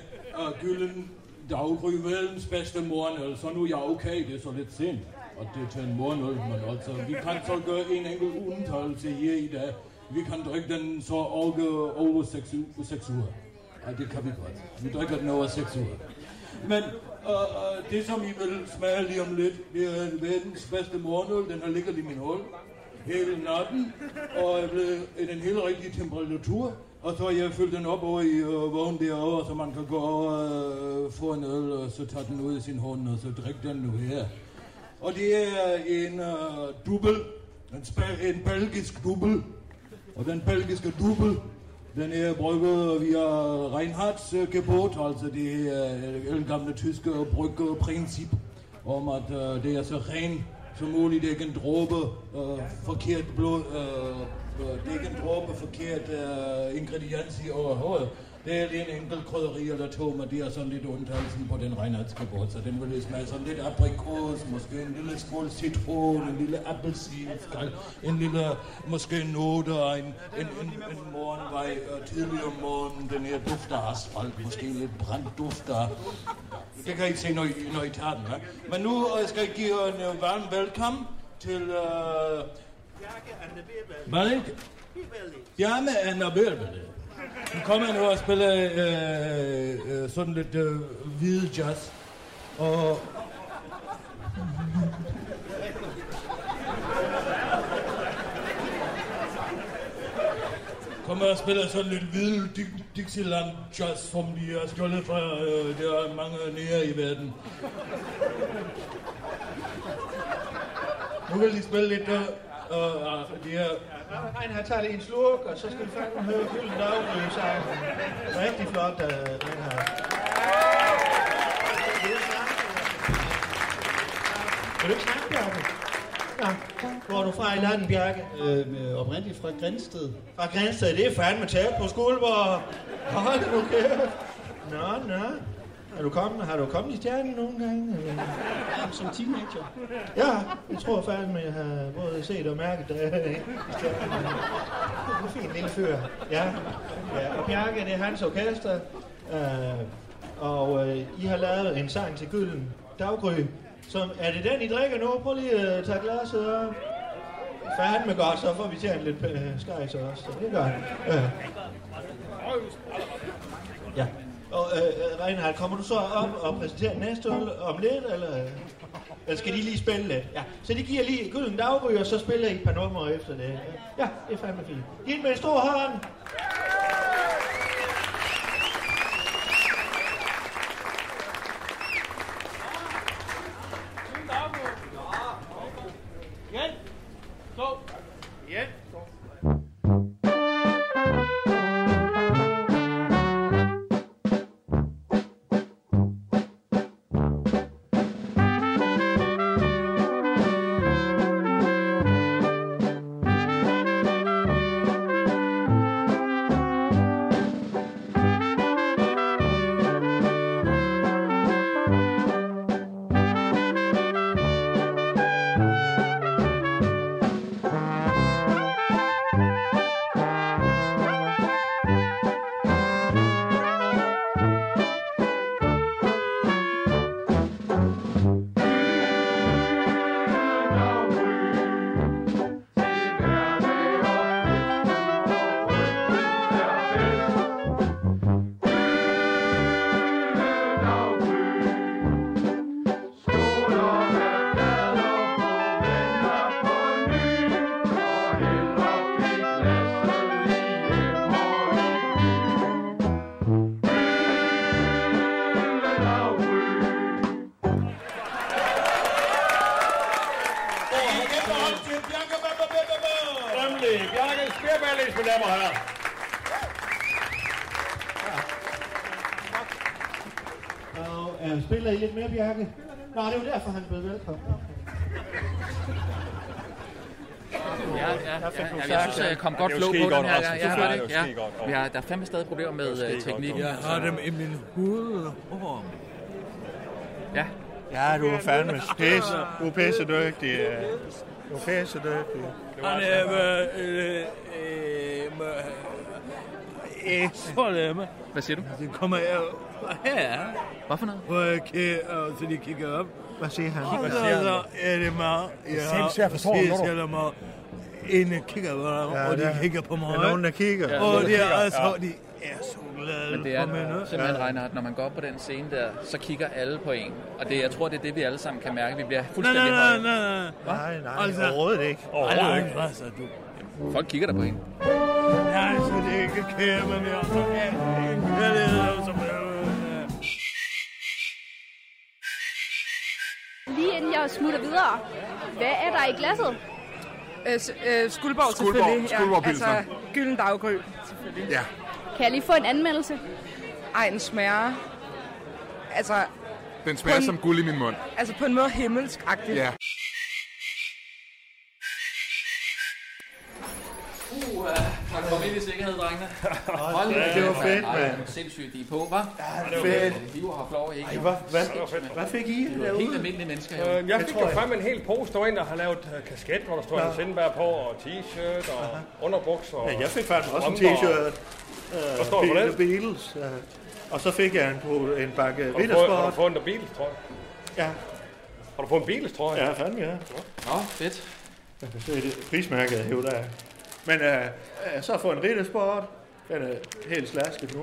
S3: øh, gylden daggry, verdens bedste morgenøl, så nu er jeg okay, det er så lidt sent. Og det er til en morgenøl, men altså, vi kan så gøre en enkelt undtagelse her i dag. Vi kan drikke den så over, over 6, u- 6 uger. Ja, det kan vi godt. Vi drikker den over 6 uger. Men øh, øh, det, som I vil smage lige om lidt, det er verdens bedste morgenøl. Den har ligget i min hul hele natten, og er blevet i den helt rigtige temperatur. Og så har jeg fyldt den op over i øh, vognen derovre, så man kan gå over og øh, få en øl, og så tage den ud i sin hånd, og så drikke den nu her. Og det er en øh, dubbel, en, spa- en belgisk dubbel. Og den belgiske dubbel, den er brygget via Reinhards øh, gebot, altså det er øh, den gamle tyske bryggeprincip om, at øh, det er så ren som muligt, det er ikke en dråbe øh, forkert blod, øh, øh, det er ikke en dråbe forkert øh, ingrediens i overhovedet. Det er lige en enkelt krydderi eller to, men de er sådan lidt undtagelsen på den regnardsgeburt, så den vil det smage sådan lidt aprikos, måske en lille skål citron, en lille appelsinskal, en lille, måske en note og en, en, en, en morgenvej øh, tidlig om morgenen, den her dufter asfalt, måske lidt brændt dufter. Det kan I ikke se, når I, når I tager den, hva'? Men nu øh, skal jeg give en øh, varm velkommen til... Øh, hvad ikke? Ja, med Anna Birbel. Hun kommer nu og spiller øh, øh, sådan lidt øh, hvide jazz. Og... Kommer og spiller sådan lidt hvide Di- Dixieland jazz, som de har stjålet fra. Øh, der er mange nære i verden. Nu vil de spille lidt... Øh, øh, øh, de her
S2: Reinhard tager lige en slurk, og så skal vi fandme høre fylden dagløs af. Rigtig flot, uh, Reinhard. Vil du ikke snakke, Bjarke? Nå, hvor er du fra i landet, Bjarke?
S19: Øh, oprindeligt fra Grænsted.
S2: Fra Grænsted, det er fandme tæt på Skuldborg. Hold nu kæft. Nå, nå. Er du kommet, har du kommet i stjernen nogle gange? eller?
S19: Som teenager.
S2: Ja, jeg tror fandme, jeg har både set og mærket det. Øh, i Stjernen. Du er fint lille fyr. Ja. ja. Og Bjarke, det er hans orkester. Øh, og øh, I har lavet en sang til Gylden Daggry. Som, er det den, I drikker nu? Prøv lige at øh, tage glasset op. Fandme godt, så får vi tjent lidt øh, skajs også. Så det gør han. Øh. Ja. Og øh, Reinhard, kommer du så op og præsenterer næste øl om lidt, eller, øh, eller skal de lige spille lidt? Ja. Så de giver lige gylden daggry, og så spiller I et par numre efter det. Ja, det er fandme fint. Giv den med en stor hånd.
S20: Igen. Stå. Igen.
S1: Nemlig Bjarke Skærberlæs, mine damer og herrer.
S2: Og øh, spiller I lidt mere, Bjarke? Nå, det er jo derfor, han blev velkommen.
S4: Ja, ja, ja,
S2: Der fik
S4: ja,
S2: du
S4: ja, jeg
S2: sagt,
S4: synes, jeg kom
S2: ja.
S4: godt
S2: Det er
S4: flow
S2: jo
S4: på
S2: skide
S4: den
S2: godt,
S4: her.
S2: Rasmus.
S4: Jeg, jeg
S2: Det er
S4: har det,
S2: jo
S4: ja.
S2: skide godt,
S4: Men jeg, der er fandme stadig problemer med øh, teknikken.
S21: Jeg har dem i min hud.
S4: Ja.
S21: Ja,
S10: du er fandme pisse. Du er pisse dygtig. øh. Du er pisse dygtig.
S21: Han
S1: altså-
S21: er øh, øh, øh,
S4: Hvad siger du?
S21: Det kommer jeg her.
S4: Hvad for noget?
S21: Hvor jeg kigger, så de kigger op.
S2: Hvad siger han?
S21: Og
S10: Hvad
S21: så
S10: siger han?
S21: så er det meget.
S10: Det er sindssygt, jeg forstår ham, når du-
S21: ham, når Inde kigger på ham,
S10: Ja,
S21: og de
S10: der-
S21: kigger på mig.
S10: der er nogen, der kigger. Ja,
S21: Og
S10: nogen, der
S21: det er
S10: kigger.
S21: altså,
S10: Ja.
S21: de er så glade
S4: Men det
S21: for mig nu.
S4: er simpelthen regner, at når man går op på den scene der, så kigger alle på en. Og det, jeg tror, det er det, vi alle sammen kan mærke. Vi bliver fuldstændig
S21: nej, nej,
S4: høje.
S21: nej,
S4: nej,
S21: nej, Altså- overhovedet ikke. Overhovedet Ej, nej, ikke. altså, du...
S4: Folk kigger der på en.
S21: Nej, så det er ikke kæmpe mere. Så er det en kærlighed, som er...
S22: Lige inden jeg smutter videre, hvad er der i glasset?
S5: Øh, s- øh,
S22: Skuldborg,
S5: Skuldborg, selvfølgelig.
S14: Skuldborg
S5: altså,
S14: Pilsner.
S5: Gylden Daggry, selvfølgelig.
S14: Ja.
S22: Kan jeg lige få en anmeldelse?
S5: Ej, en smager. Altså,
S14: Den smager
S5: Kun-
S14: som guld i min mund.
S5: altså på en måde himmelsk-agtig.
S14: Ja.
S4: Uh, Tak for ind i sikkerhed, drengene.
S23: Hold da
S4: kæft,
S23: op, fedt,
S4: Ej,
S23: mand.
S4: hvor sindssygt, de er på, hva'?
S23: Ja, det var fedt.
S4: Vi var haft lov i ikke.
S23: Ej, hvad- hvad-
S1: hvad fik I
S4: Det var
S1: derude?
S4: Helt almindelige mennesker. jo.
S1: Øh, jeg fik jo frem en hel pose, der var en, der har lavet øh, kasket, hvor der står en sindbær på, og t-shirt, og underbukser. og
S2: Ja, jeg fik faktisk også en
S1: strømper.
S2: t-shirt. øh,
S1: Hvad står der på den?
S2: Beatles. øh, og så fik jeg en, på, en bakke
S1: Har du fået- Har du
S2: vintersport.
S1: fået en bil, tror jeg?
S2: Ja.
S1: Har du fået en bil, tror jeg?
S2: Ja, fandme ja.
S4: Nå, fedt.
S2: Jeg kan se det prismærke, jeg hævder af. Men øh, øh, så har jeg fået en riddersport. Den er helt slasket nu.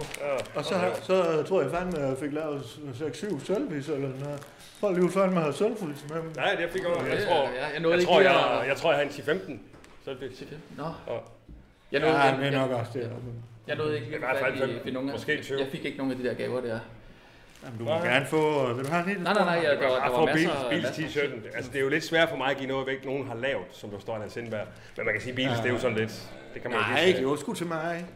S2: og så,
S1: okay.
S2: så øh, tror jeg fandme, at jeg fik lavet 6-7 sølvpis eller noget. Prøv lige at fandme have sølvpis med dem.
S1: Nej, det fik jeg også. Jeg
S2: Ja,
S1: tror,
S2: ja,
S1: jeg,
S2: jeg
S1: jeg,
S2: nåede ikke
S1: tror,
S2: lige
S1: jeg,
S2: at-
S1: jeg, tror, jeg har en 10-15. Så er det 10
S4: Nå.
S2: Jeg nåede- Ja, jeg- det er nok jeg- også det, ja.
S4: Jeg nåede ikke
S1: I
S4: lige
S1: hvert
S4: fat
S1: fald
S4: i, ved nogen af
S1: Måske 20.
S4: Jeg fik ikke nogen af de der gaver der.
S2: Jamen, Du må gerne få... Vil du have en riddersport?
S4: Nej, nej, nej, jeg gør, der
S1: Jeg
S4: var
S1: får bil,
S4: masser af...
S1: bil
S4: masser-
S1: t-shirten. Altså, det er jo lidt svært for mig at give noget væk, nogen har lavet, som der står i hans indbær. Men man kan sige, Beatles,
S2: Ja.
S1: det er jo sådan lidt. Det kan man
S2: Nej,
S1: sige.
S2: ikke jo, sgu til mig.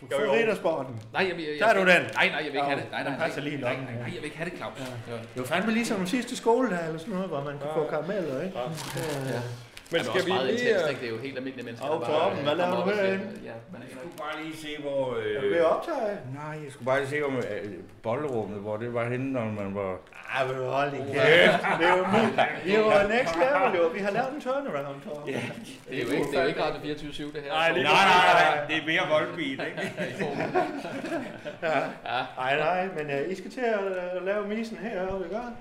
S2: Du
S1: Jo,
S2: får
S1: jo.
S2: riddersporten.
S4: Nej, jeg, jeg, jeg,
S2: Tager du den?
S4: Nej, nej, jeg vil ikke have det. Nej, nej,
S2: den passer
S4: nej,
S2: lige
S4: nej,
S2: nok.
S4: nej, nej, jeg vil ikke have det, Claus. Ja.
S2: Det var fandme ligesom den sidste skole der, eller sådan noget, hvor man kan få karameller, ikke?
S4: Ja.
S1: Men
S4: det er
S1: skal
S4: også
S1: vi
S4: meget
S1: lige,
S4: intenst,
S1: øh,
S4: ikke? Det er jo helt almindelige mennesker,
S2: Og Torben, hvad laver du herinde?
S4: Ja, man er
S3: skulle bare lige se, hvor... Øh,
S2: Er du ved at optage?
S3: Nej, jeg skulle bare lige se, om øh, bollerummet, hvor det var henne, når man var...
S2: Ej, vil du holde igen. Det er jo muligt. Vi er jo next level, jo. Vi har lavet en turnaround, Torben. Ja.
S4: Det er jo ikke, det er jo ikke Radio 24 det her.
S3: Nej, lige- Nej, nej, nej, det er mere Volbeat, ikke?
S2: Ja. Ej, nej, men øh, I skal til at øh, lave misen her, er det godt?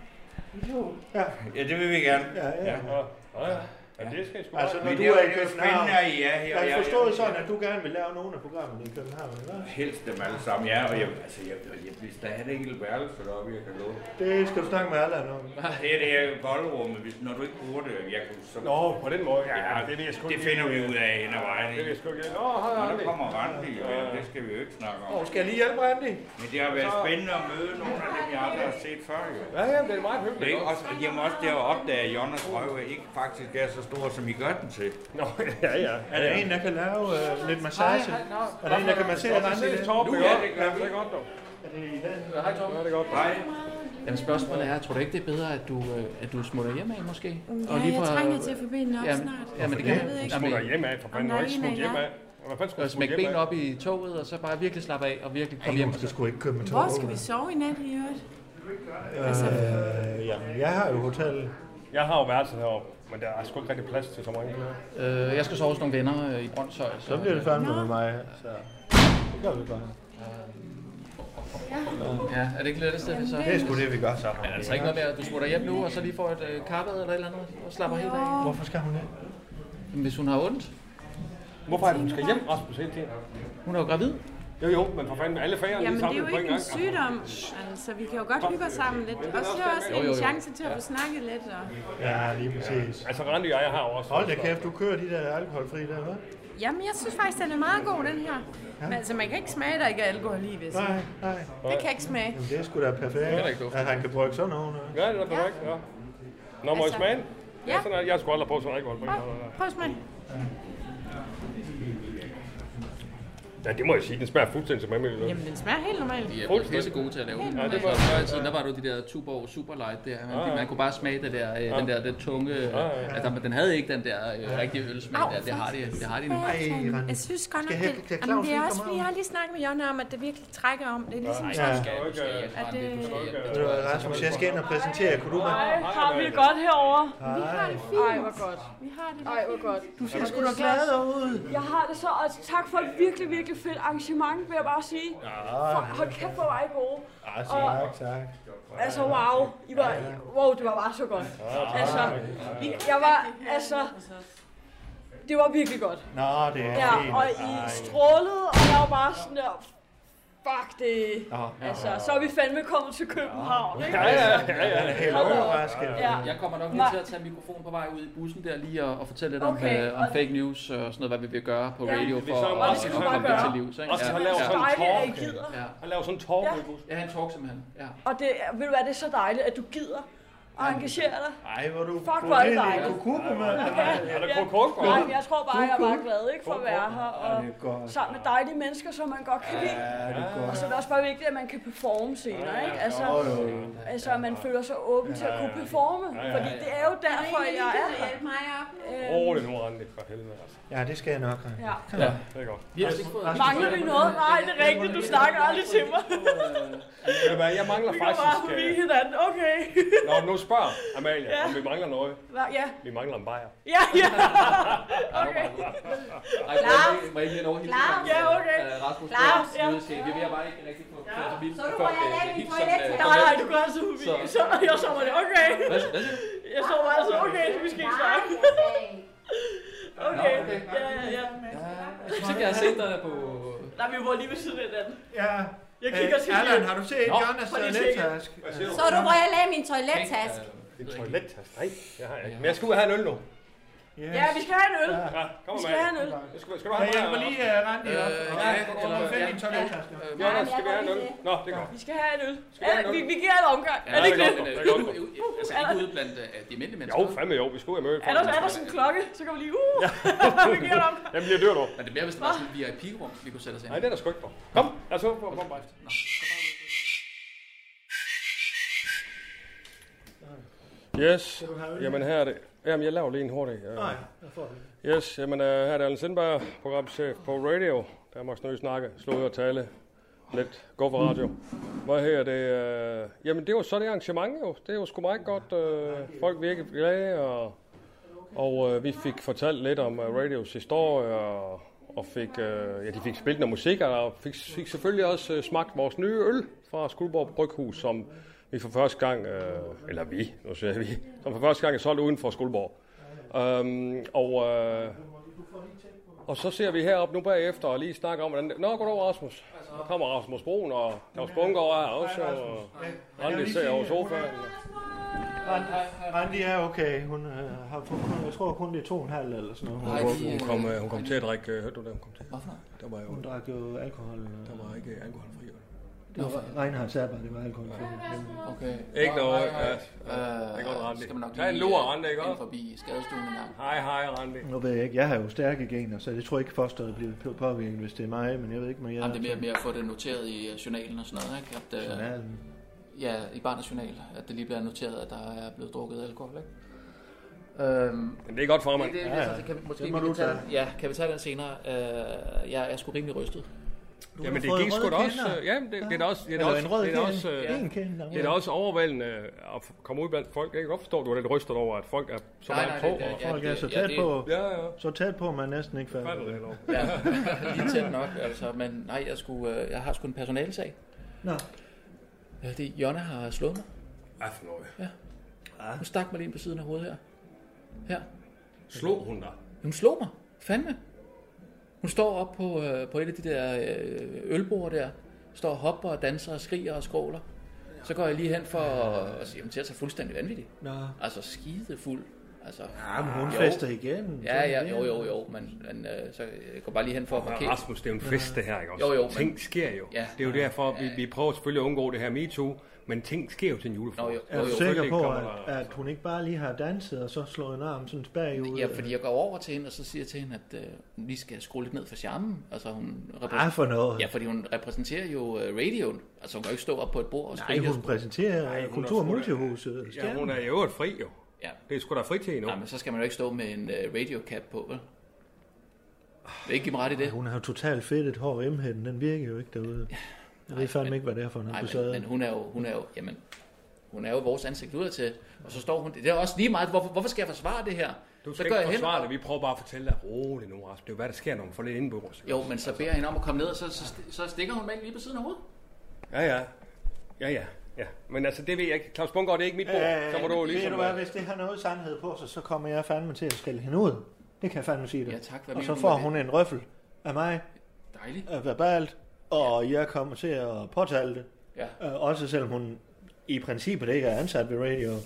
S2: Jo. Ja.
S3: Ja, det vil vi gerne.
S2: Ja, ja.
S1: Ja, ja. Ja, det skal I sgu
S2: Altså,
S1: bare-
S2: når
S3: Men
S2: du
S3: det er
S2: er
S3: jo-
S2: i
S3: det er jo
S2: København,
S3: spændende, at I er her,
S2: jeg
S3: og jeg-
S2: har forstået
S3: jeg-
S2: sådan, at du gerne vil lave nogle af programmerne i København, ikke?
S3: Helst dem alle sammen, ja, og jeg, altså, jeg, jeg, hvis der er et enkelt værelse deroppe, jeg kan låne.
S2: Det skal du snakke med Allan om.
S3: Det er det her bollerummet, hvis, når du ikke bruger det, jeg kunne så...
S1: Nå, på den måde.
S3: Ja,
S1: Ja, det
S3: det,
S1: vil jeg sgu
S3: det
S1: lige-
S3: finder vi ud af hen ad vejen.
S1: Det vil jeg sgu lige- Nå, hej,
S3: Når
S1: Randi.
S3: der kommer Randi, og
S1: Ja.
S3: det skal vi jo ikke snakke om.
S2: Og skal jeg lige hjælpe Andy?
S3: Men det har været spændende at møde nogle af dem, jeg aldrig har set før. Jo.
S1: Ja, ja, det er meget hyggeligt.
S3: Det er ikke også, jeg må også der opdage, at Jonas røve ikke faktisk er så stor, som I gør den til.
S1: Nå, ja, ja.
S2: Er der en, der kan lave øh, lidt massage?
S3: Hej, hej, nå.
S2: Er der en, der kan massere
S1: Nå, vi
S2: Randi?
S1: ses, Torben,
S2: Nu,
S1: ja,
S2: ja.
S1: det gør vi. Det er godt, dog.
S2: Ja, hej, Torben.
S1: Ja, det er godt.
S3: Hej.
S4: Jamen spørgsmålet er, tror du ikke det er bedre, at du, øh, at du smutter hjem af måske?
S8: Ja, jeg trænger til at få benene op
S4: Jamen,
S8: snart.
S4: Jamen, det
S8: Jeg
S4: kan
S8: ved ikke.
S1: Smutter hjem af, for fanden,
S8: Om
S1: og ikke
S8: natten
S1: smutte
S8: er
S1: hjem
S8: jeg.
S1: af. Hvad fanden skulle
S4: Og
S1: jeg smutte
S4: smække
S1: hjem
S4: benene
S1: af?
S4: op i toget, og så bare virkelig slappe af, og virkelig komme hjem.
S2: Du skulle ikke købe med
S8: Hvor skal vi sove i nat i øvrigt? Altså,
S2: Øh, jamen, jeg har jo hotel.
S1: Jeg har jo værelset heroppe, men der er sgu ikke rigtig plads til så mange.
S4: Øh, jeg skal sove hos nogle venner øh, i Brøndshøj.
S2: Så bliver det fandme med mig. Så. Det gør vi bare.
S4: Ja, er det ikke lettest, at vi så...
S2: Det er sgu det, vi gør sammen.
S4: Men altså ikke noget med, at du smutter hjem nu, og så lige får et øh, kappet eller et eller andet, og slapper helt af.
S2: Hvorfor skal hun det?
S4: Hvis hun har ondt.
S1: Hvorfor er det, hun skal hjem, Rasmus, hele tiden?
S4: Hun er jo gravid.
S1: Jo, jo, men for fanden, alle fagerne
S8: Jamen,
S1: lige
S8: det er
S1: samlet
S8: jo
S1: på
S8: ikke en
S1: gang.
S8: sygdom. Altså, vi kan jo godt hygge os sammen lidt. Og så er også
S1: Jo, jo,
S8: en
S1: jo.
S8: chance til at få snakket lidt. Og...
S2: Ja, lige præcis.
S1: Altså, Randi og jeg har jo også...
S2: Hold da kæft, du kører de der alkoholfri der, hva'?
S8: Jamen, jeg synes faktisk, den er meget god, den her. Men altså, man kan ikke smage, der ikke er alkohol i, hvis
S2: Nej, nej.
S8: Det kan ikke smage.
S2: Jamen, det er sgu da
S1: Det er da
S2: perfekt,
S1: ikke duft.
S2: at han kan brygge sådan nogen. hva'?
S1: Ja, det er perfekt, ja. Nå, må jeg
S8: Altså,
S1: smage?
S8: ja.
S1: Ja. Sådan, er- jeg skulle aldrig prøve sådan alkohol. på en gang.
S8: Prøv at smage.
S1: Ja, det må jeg sige. Den smager fuldstændig som almindelig øl.
S8: Jamen, den smager helt normalt.
S4: De er jo pisse gode til at lave.
S8: Helt
S4: Ja, det
S8: normalt.
S4: var før i tiden, der var du de der Tuborg Superlight der. Man,
S1: Ja, ja.
S4: man kunne bare smage det der, øh, den der den tunge. Øh,
S1: Ja, ja.
S4: altså, men den havde ikke den der øh, rigtige ølsmag der. Det har det, det har det nu.
S8: Ej, jeg synes godt nok,
S2: Skal jeg have-
S8: det,
S2: kan
S8: jamen,
S2: Claus
S8: det er
S2: lige
S8: også
S2: komme
S8: fordi, jeg har lige snakket med Jonna om, at det virkelig trækker om. Det er ligesom sådan,
S2: Ja.
S8: at det...
S2: Ved du hvad, Rasmus, jeg skal ind og præsentere. Kunne du med?
S11: Har vi det godt herovre?
S2: Vi har det
S8: fint.
S11: Ej, hvor godt.
S8: Vi har det
S11: Ej, hvor godt.
S2: Du ser sgu da glad ud.
S11: Jeg har det så, og tak for et virkelig, virkelig fedt arrangement, vil jeg bare sige. For, hold kæft, hvor var I gode.
S2: Ah,
S11: Og-
S2: tak, tak.
S11: Altså, wow. I var, wow, det var bare så godt. Altså, I, jeg var, altså, det var virkelig godt.
S2: Nå, det er
S11: Ja,
S2: fint.
S11: og I
S2: Ej.
S11: strålede, og jeg var bare sådan der, fuck det.
S2: Nå.
S11: Altså, så er vi fandme kommet til København, ikke?
S2: ja, ja. Helt
S11: Hold da op.
S2: overrasket.
S11: Ja.
S4: Jeg kommer nok lige
S11: Nej.
S4: til at tage mikrofon på vej ud Altså, i bussen der lige og, og fortælle lidt om,
S11: Okay,
S4: øh, om
S11: og-
S4: fake news og sådan noget, hvad vi vil gøre på
S11: Ja.
S4: radio
S11: Det
S4: for
S11: vil så
S4: at
S11: meget
S4: at
S11: godt
S4: komme det
S11: gøre.
S4: til livs. ikke?
S11: Og så
S4: Ja.
S11: lave
S4: Ja.
S11: sådan en Dejligt, at I talk. gider.
S4: Ja.
S1: Han laver sådan en talk.
S11: Ja.
S4: Ja, han talk simpelthen. Ja.
S11: Og det, ved du hvad, det er så dejligt, at du gider og engagere dig.
S8: Ej, hvor du...
S11: Fuck,
S8: du
S11: hvor er det
S8: helt i
S11: dejligt.
S8: kukubu,
S11: Ja,
S8: mand.
S11: Nej, men jeg tror bare, jeg er bare glad ikke, for at være her, og
S8: Ja, det er godt.
S11: sammen med dejlige mennesker, som man godt kan lide.
S8: Ja, det er
S11: Og
S8: godt.
S11: så er det også bare vigtigt, at man kan performe senere, ikke? Altså,
S8: Jo, jo, jo.
S11: altså at man føler sig åben til at kunne performe,
S1: Ja, ja, ja.
S11: fordi det er jo derfor,
S5: Kan I
S11: jeg
S5: lige
S11: er her.
S5: hjælpe mig op?
S1: Rolig nu, Randi, for helvede. Altså.
S8: Ja, det skal jeg nok.
S11: Ja.
S8: Kom ja.
S1: Det er godt.
S11: Mangler vi noget? Nej, det er rigtigt, du snakker aldrig til mig.
S1: Ved du hvad, jeg mangler
S11: Vi går bare
S1: faktisk...
S11: forbi
S1: øh,
S11: hinanden, okay.
S1: Nå, nu spørger Amalie,
S11: Ja.
S1: om vi mangler noget.
S11: Hva- Ja,
S1: Vi mangler en bajer.
S11: ja, ja.
S4: Okay. Ej, må jeg lige- må jeg lige nå hende?
S11: Claus. Ja, okay.
S4: Øh, Rasmus,
S11: Claus,
S4: ja. Vi vil bare ikke rigtig få ja. så vildt.
S11: Så du
S4: før,
S11: må jeg
S4: øh,
S11: lave min
S4: hilsen, øh,
S11: toilet.
S4: formelt.
S11: Nej, nej, du går altså forbi. Så, jeg så var det, okay.
S4: Hvad, hvad siger du?
S11: Jeg så var altså, okay, så vi skal ikke snakke. Okay, ja, ja, ja.
S4: Jeg synes ikke, jeg har set dig på...
S11: Nej, vi bor lige ved siden af hinanden.
S8: Ja.
S11: Jeg kigger til
S8: Allan, har du set
S4: Nå,
S8: Jonas
S11: prøv lige at
S8: toilettask?
S5: Så du, hvor jeg lagde min toilettaske.
S1: En toilettaske? Nej, jeg har jeg ikke. Men jeg skal ud og have en øl nu.
S8: Yes.
S11: Ja, vi skal have en øl.
S1: Ja, kom
S11: Vi
S1: med.
S11: skal have en øl.
S1: Skal, skal du
S8: Jeg
S1: have
S8: hjælper lige uh, Randi op.
S1: Øh,
S8: Øh,
S1: ja,
S8: ja, eller find din toilettaske.
S1: Ja, der skal vi have en øl. Nå, det er godt.
S11: Vi skal have en øl.
S1: vi have en
S11: Ja,
S1: øl?
S11: Vi, vi giver en omgang.
S1: Ja,
S11: er det ikke
S1: det
S11: det?
S1: er godt, det er
S4: Øh, øh,
S1: godt.
S4: øh, Altså ikke ude blandt øh, de almindelige mennesker.
S1: Jo, fandme jo, vi skal ud og møde
S11: Er der, er der sådan en klokke, så kan vi lige, uh, vi giver en omgang.
S1: Den bliver dyr nu.
S4: Men det er mere, hvis det var sådan et VIP-rum, vi kunne sætte os ind.
S1: Nej, det er der sgu ikke på. Kom, lad os håbe på, kom bare efter. Yes, jamen her er det. Jamen, jeg laver lige en hurtig. Øh.
S2: Nej, jeg får det.
S1: Yes, jamen øh, her er det Allen Sindberg, programchef på Radio. Danmarks Nye Snakke, slog og tale. Lidt gå for radio. Hvad her det? Øh, jamen, det var så det arrangement jo. Det er jo sgu meget godt. Øh, folk virkelig glade, og, og øh, vi fik fortalt lidt om øh, radios historie, og, og fik, øh, ja, de fik spillet noget musik, og fik, fik selvfølgelig også øh, smagt vores nye øl fra Skuldborg Bryghus, som vi for første gang, øh, eller vi, nu siger jeg vi, som for første gang er solgt uden for Skuldborg. Øhm, og, øh, og så ser vi herop nu bagefter og lige snakke om, hvordan det... Nå, goddag Rasmus. Der kommer Rasmus Broen og Claus Bunker er også, og Randi ser over sofaen.
S2: Rand- Randi er okay. Hun øh, har fået, kun- jeg tror kun det er to og en halv eller sådan noget.
S1: Hun, hun, hun, kom, øh, hun kom til at drikke, øh, hørte du det, hun kom til?
S4: Hvorfor?
S1: Der var jo,
S2: Hun drak jo alkohol. øh.
S1: der var ikke øh, alkoholfri.
S2: Det var Reinhards arbejde, det var alkohol.
S4: Okay.
S1: Ikke noget, øh.
S4: Nej, nej,
S1: ja.
S4: nej.
S1: Ja, det er godt, Randi.
S4: Øh, Skal man nok
S1: Tag en
S4: lige,
S1: lur,
S4: øh,
S1: Randi, ikke
S4: ind
S1: også?
S4: forbi skadestuen en gang.
S1: Hej, hej Randi.
S4: Øhm,
S2: Nu ved jeg ikke, jeg har jo stærke gener, så jeg tror ikke fosteret bliver på- påvirket, hvis det er mig, men jeg ved ikke, men jeg...
S4: Jamen, det er mere, mere at få det noteret i øh, journalen og sådan noget, ikke? At, øh,
S2: Journalen?
S4: Ja, i barnets journal, at det lige bliver noteret, at der er blevet drukket alkohol, ikke? Øhm,
S1: Men det er godt for mig.
S4: Det, altså, det, det,
S1: Ja,
S4: ja,
S1: ja.
S4: ja. Kan, vi- måske
S1: Det må
S4: vi
S1: du
S4: kan tage,
S1: tage.
S4: ja, kan vi tage den senere? Øh, jeg er sgu rimelig rystet.
S1: Jamen det gik sgu da også, øh, ja, men det, det er da også, det er da
S4: Eller
S1: også,
S4: en rød
S1: det er da
S4: kende.
S1: også, øh,
S4: Ja. En
S2: kende,
S1: det er da også overvældende at f- komme ud blandt folk. Jeg kan godt forstå, at du er lidt rystet over, at folk er så
S4: Nej,
S1: meget
S4: nej,
S1: på.
S4: det- det-
S1: og-
S4: ja,
S2: Folk er så
S4: ja,
S2: tæt
S4: det-
S2: på,
S1: ja, ja.
S2: så tæt på, at man næsten ikke fatter
S1: Fatter det, eller?
S4: Ja, lige tæt nok, altså. Men nej, jeg, skulle, øh, jeg har sgu en personalsag.
S2: Nå.
S4: Ja, det Jonna har slået mig.
S1: Ja, for noget.
S4: Ja. Hun stak mig lige ind på siden af hovedet her. Her.
S1: Slog hun dig?
S4: Hun slog mig. Fandme. Hun står op på, øh, på et af de der øh, ølbord der. Står og hopper og danser og skriger og skråler. Så går jeg lige hen for at at sige, at til at tage altså fuldstændig vanvittig.
S2: Nå.
S4: Altså skide fuld. Altså,
S2: Ja, men hun
S4: jo.
S2: fester igen.
S4: Ja, ja, jo, jo, jo. Men, men øh, så jeg går bare lige hen for at
S1: Men
S4: markere.
S1: Rasmus, det er jo en fest, det her, ikke også?
S4: Jo, jo. men-
S1: Ting sker jo.
S4: Ja.
S1: Det er jo derfor, vi, vi prøver selvfølgelig at undgå det her MeToo, men ting sker jo til en julefrokost.
S2: Er du sikker på, at, at hun ikke bare lige har danset og så slået en arm sådan bagud? øh,
S4: Ja, fordi jeg går over til hende, og så siger jeg til hende, at øh, hun lige skal skrue lidt ned for charmen. Altså, hun repræs-
S2: Ah, for noget.
S4: Ja, fordi hun repræsenterer jo øh, radioen. Altså, hun kan jo ikke stå op på et bord og
S2: Nej,
S4: skrige.
S2: hun præsenterer
S4: hun
S2: Nej,
S4: er
S2: Kultur- og
S4: fuld af-
S2: Multihuset.
S4: Ja, hun er
S1: i øvrigt fri, jo.
S4: Ja.
S1: Det er sgu da fritid nu.
S4: Nej, men så skal man jo ikke stå med en øh, radiocap på, vel? Vil ikke give mig ret i det?
S2: Hun har jo totalt fedtet hår i emheden, den virker jo ikke derude. Jeg ved fandme ikke, hvad det er for en
S4: Nej,
S2: ambassade.
S4: men, men hun er jo, hun er jo, jamen, hun er jo vores ansigt udad til, og så står hun, det er også lige meget, hvorfor, hvorfor skal jeg forsvare det her?
S1: Du
S4: så
S1: skal ikke forsvare det. Vi prøver bare at fortælle dig roligt nu, Rasmus. Det er jo, hvad der sker, når man får lidt indbyrdes.
S4: Jo, men så beder jeg hende om at komme ned, og så, så, så stikker hun manden lige på siden af hovedet.
S1: Ja, ja. Ja, ja. Ja, men altså, det ved jeg ikke. Claus Bungård, det er ikke mit bord.
S2: Øh,
S1: så må du ligesom...
S2: Ved du hvad, hvis det har noget sandhed på sig, så kommer jeg fandme til at skælde hende ud. Det kan jeg fandme sige det.
S4: Ja, tak. Hvad
S2: og
S4: mener
S2: så
S4: du
S2: får
S4: med det?
S2: hun en røffel af mig.
S4: Dejligt.
S2: Øh, verbalt. Og jeg kommer til at påtale det.
S4: Ja.
S2: Øh, også selvom hun i princippet ikke er ansat ved radio. Øh,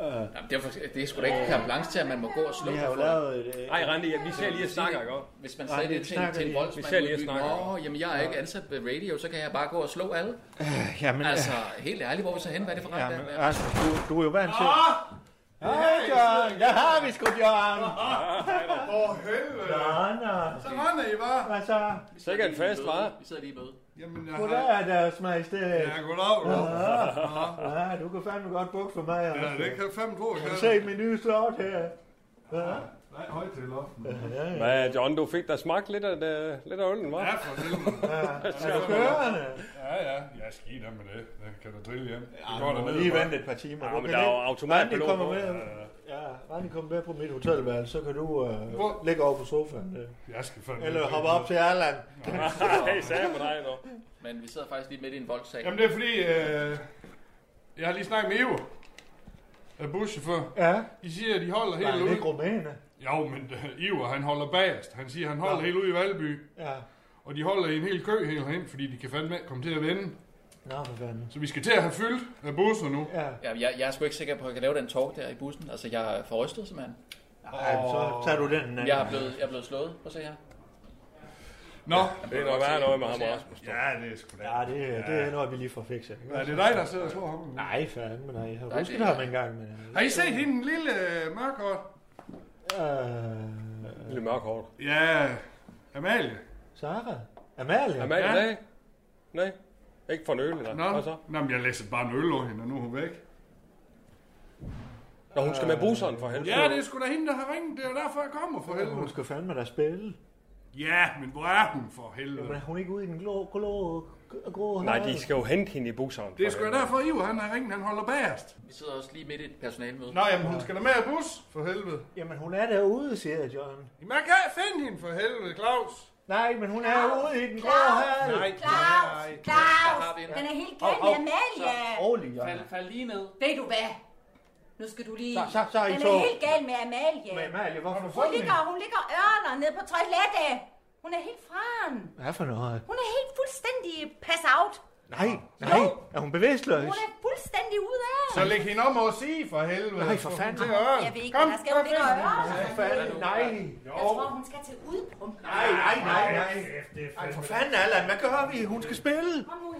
S2: Øh,
S4: Jamen, derfor, det er sgu da ikke carte blanche til, at man må gå og slå
S2: Vi har jo
S4: for
S2: lavet
S4: folk.
S2: et, øh,
S4: Ej,
S1: Randi, vi ser lige og snakker, ikke?
S4: Hvis man
S1: Nej,
S4: sagde
S1: vi
S4: det til, en-
S1: snakker
S4: til en
S1: lige.
S4: voldsmand,
S1: Vi ser lige
S4: ude i
S1: og
S4: byen,
S1: snakker.
S4: Nå, jamen jeg er ikke ansat ved radio, så kan jeg bare gå og slå alle.
S24: jamen,
S4: altså,
S24: øh.
S4: helt ærligt, hvor er vi så hen? Hvad er det for ret,
S24: Jamen,
S4: der?
S2: øh, altså,
S24: Rasmus, du, du er jo vant til...
S2: Hej, John! Der har vi sgu, John!
S16: Hvor helvede!
S2: Nå, nå.
S16: Så render I bare.
S2: Hvad så?
S1: Sikke en fest, hva'?
S4: Vi sidder lige i møde.
S16: Jamen, jeg har...
S2: Goddag, deres majestæt.
S16: Ja, goddag, du.
S2: Ja, ja, du kan fandme godt bukke for mig.
S16: Ja, det kan fandme tro, jeg
S2: Har du
S16: kan.
S2: set min nye slot her? Ja.
S16: Nej, højt til loften.
S2: Ja, ja.
S1: Hvad, John, du fik da smagt lidt af, det, lidt af øllen, hva'?
S16: Ja, for helvede.
S1: Ja,
S16: Ja,
S2: kørende?
S16: Ja, ja. Jeg skider med det. Den kan du drille hjem.
S24: Ja,
S16: Vi
S24: du
S16: går
S24: må
S16: derned.
S24: lige
S16: hva'?
S24: vente et par timer.
S1: Ja,
S24: Du
S1: men
S24: kan
S1: der er jo
S24: ikke-
S1: automatpilot
S24: Randi kommer
S1: på.
S24: med.
S2: Ja, Randi, kom med på mit hotelværelse, så kan du
S16: Hvor-
S2: øh, ligge over på sofaen. øh.
S16: Jeg skal fandme...
S2: Eller hoppe op til Erland.
S1: Nej, sagde på dig, dog.
S4: Men vi sidder faktisk lige midt i en voldsag.
S16: Jamen, det er fordi... Øh, jeg har lige snakket med Ivo. Øh, Buschauffør.
S2: Ja.
S16: De siger, at de holder helt
S2: Nej, det
S16: ude.
S2: er ikke rumæne.
S16: Jo, men øh, Iver, han holder bagerst. Han siger, han holder
S2: Nå.
S16: helt ude i Valby.
S2: Ja.
S16: Og de holder i en hel kø helt hen, fordi de kan fandme ikke komme til at vende.
S2: Nå, for fanden.
S16: Så vi skal til at have fyldt af busser nu.
S2: Ja.
S4: Ja, jeg, jeg er sgu ikke sikker på, at jeg kan lave den talk der i bussen. Altså, jeg er forrystet, simpelthen.
S2: Ej, så tager du den en anden
S4: Jeg er
S2: gang.
S4: blevet, jeg er blevet slået. Prøv at se her.
S16: Nå,
S1: det er nok værre noget med ham også.
S16: Ja, det er sgu da.
S2: Ja, det, ja. det er noget, vi lige får fikset.
S16: Ja, det er dig, der sidder og slår ham.
S2: Nej, fanden, men nej. Jeg
S16: Nej,
S2: har husket
S16: det er-
S2: ham engang, men... øh,
S16: Har I set hende, den lille øh, mørkhård?
S2: Øh,
S1: Lille mørkhård.
S16: Ja, Amalie.
S2: Sara? Amalie?
S1: Amalie,
S16: Ja.
S1: nej. Nej, ikke for en øl, eller
S16: Nå,
S1: hvad så?
S16: Nå men jeg læste bare en øl over hende, og nu er hun væk.
S1: Nå, hun
S2: Øh,
S1: skal med busseren for helvede.
S16: Ja, det er sgu da hende, der har ringet. Det er jo derfor, jeg kommer for helvede.
S2: Hun skal fandme da spille.
S16: Ja, men hvor er hun for helvede?
S2: Jamen, er hun ikke ude i den glå, glå, grå
S1: Nej,
S2: hal?
S1: de skal jo hente hende i busseren.
S16: Det er sgu da derfor, Ivo, han har ringet, han holder bagerst.
S4: Vi sidder også lige midt i et personalemøde.
S16: Nå, jamen, hun skal da med af bus, for helvede.
S2: Jamen, hun er derude, siger John.
S16: Jamen, jeg kan ikke finde hende for helvede, Claus.
S2: Nej, men hun er ude i den grå
S16: Claus!
S2: hal.
S16: Nej,
S8: Claus!
S16: nej.
S8: Claus!
S16: vi
S8: Den er helt
S2: Hov,
S8: galt med
S2: hov,
S8: Amalie!
S2: så Rolig, Jørgen.
S5: Fald, fald lige ned.
S8: Ved du hvad? Nu skal du lige...
S2: Så- så- så er I
S8: den
S2: to.
S8: er helt galt med Amalie.
S2: Men Amalie, hvorfor
S8: hun
S2: fuck
S8: ligger, hun ligger ørner nede på toilettet. Hun er helt fran.
S2: Hvad for noget?
S8: Hun er helt fuldstændig pass out.
S2: Nej, nej. Er hun bevidstløs?
S8: Hun er fuldstændig ud af.
S16: Så læg hende om og sige for helvede.
S2: Nej, for
S16: Få
S2: fanden.
S16: hende til at høre.
S8: Jeg ved ikke,
S16: Kom,
S8: hvad der skal. Hun ligger
S16: kom,
S8: ørner.
S2: fanden, nej.
S8: Jeg tror, hun skal til udpump.
S2: Nej, nej, nej, nej. Ej, for fanden, Allan, hvad gør vi? Hun skal spille.
S8: Kom nu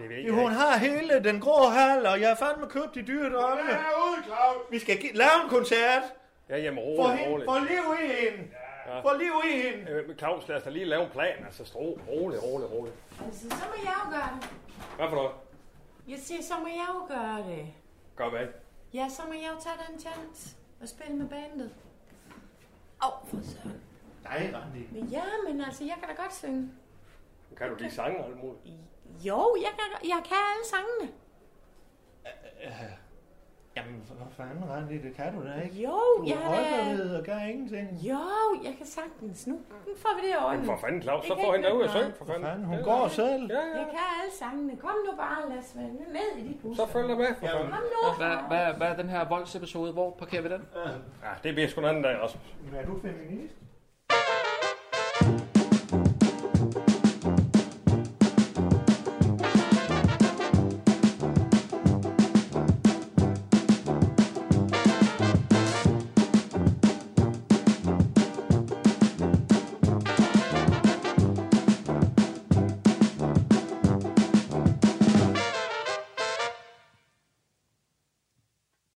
S8: her.
S2: Ja, Hun har hele den grå hal, og jeg har fandme købt de dyre drømme.
S16: Ja, ude, Claus.
S2: Vi skal gi- lave en koncert.
S1: Ja, jamen
S2: Få,
S1: rolig,
S2: hende,
S1: rolig.
S2: få liv i hende.
S1: Ja.
S2: Få liv i hende.
S1: Øh, men Claus, lad os da lige lave en plan. Altså, stro, rolig, rolig, rolig.
S8: Altså, så må jeg jo gøre det.
S1: Hvad for noget?
S8: Jeg siger, så må jeg jo gøre det.
S1: Gør hvad?
S8: Ja, så må jeg jo tage den chance og spille med bandet. Åh, oh, for søren.
S2: Nej, Randi.
S8: Men ja, men altså, jeg kan da godt synge.
S1: Kan du lige sange og alt muligt?
S8: Jo, jeg kan, jeg kan alle sangene.
S2: Jamen, for for fanden, Randi, det kan du da ikke.
S8: Jo,
S2: du
S8: jeg har da-
S2: er da... og gør ingenting.
S8: Jo, jeg kan sagtens nu. Nu får vi det i øjnene.
S1: Jamen, for fanden, Claus,
S8: Det
S1: så
S8: kan
S1: får
S8: ikke
S1: hende derud og
S8: nytte
S1: syng,
S8: noget.
S1: for fanden.
S2: Hun går selv.
S1: Ja, ja.
S8: Jeg kan alle sangene. Kom nu bare, lad os være med i dit bus.
S1: Så følg dig med, for fanden.
S8: Kom nu.
S4: Hvad, hvad, hvad er den her voldsepisode? Hvor parkerer vi den?
S1: Ja, det bliver sgu en anden dag, Rasmus.
S2: Men er du feminist?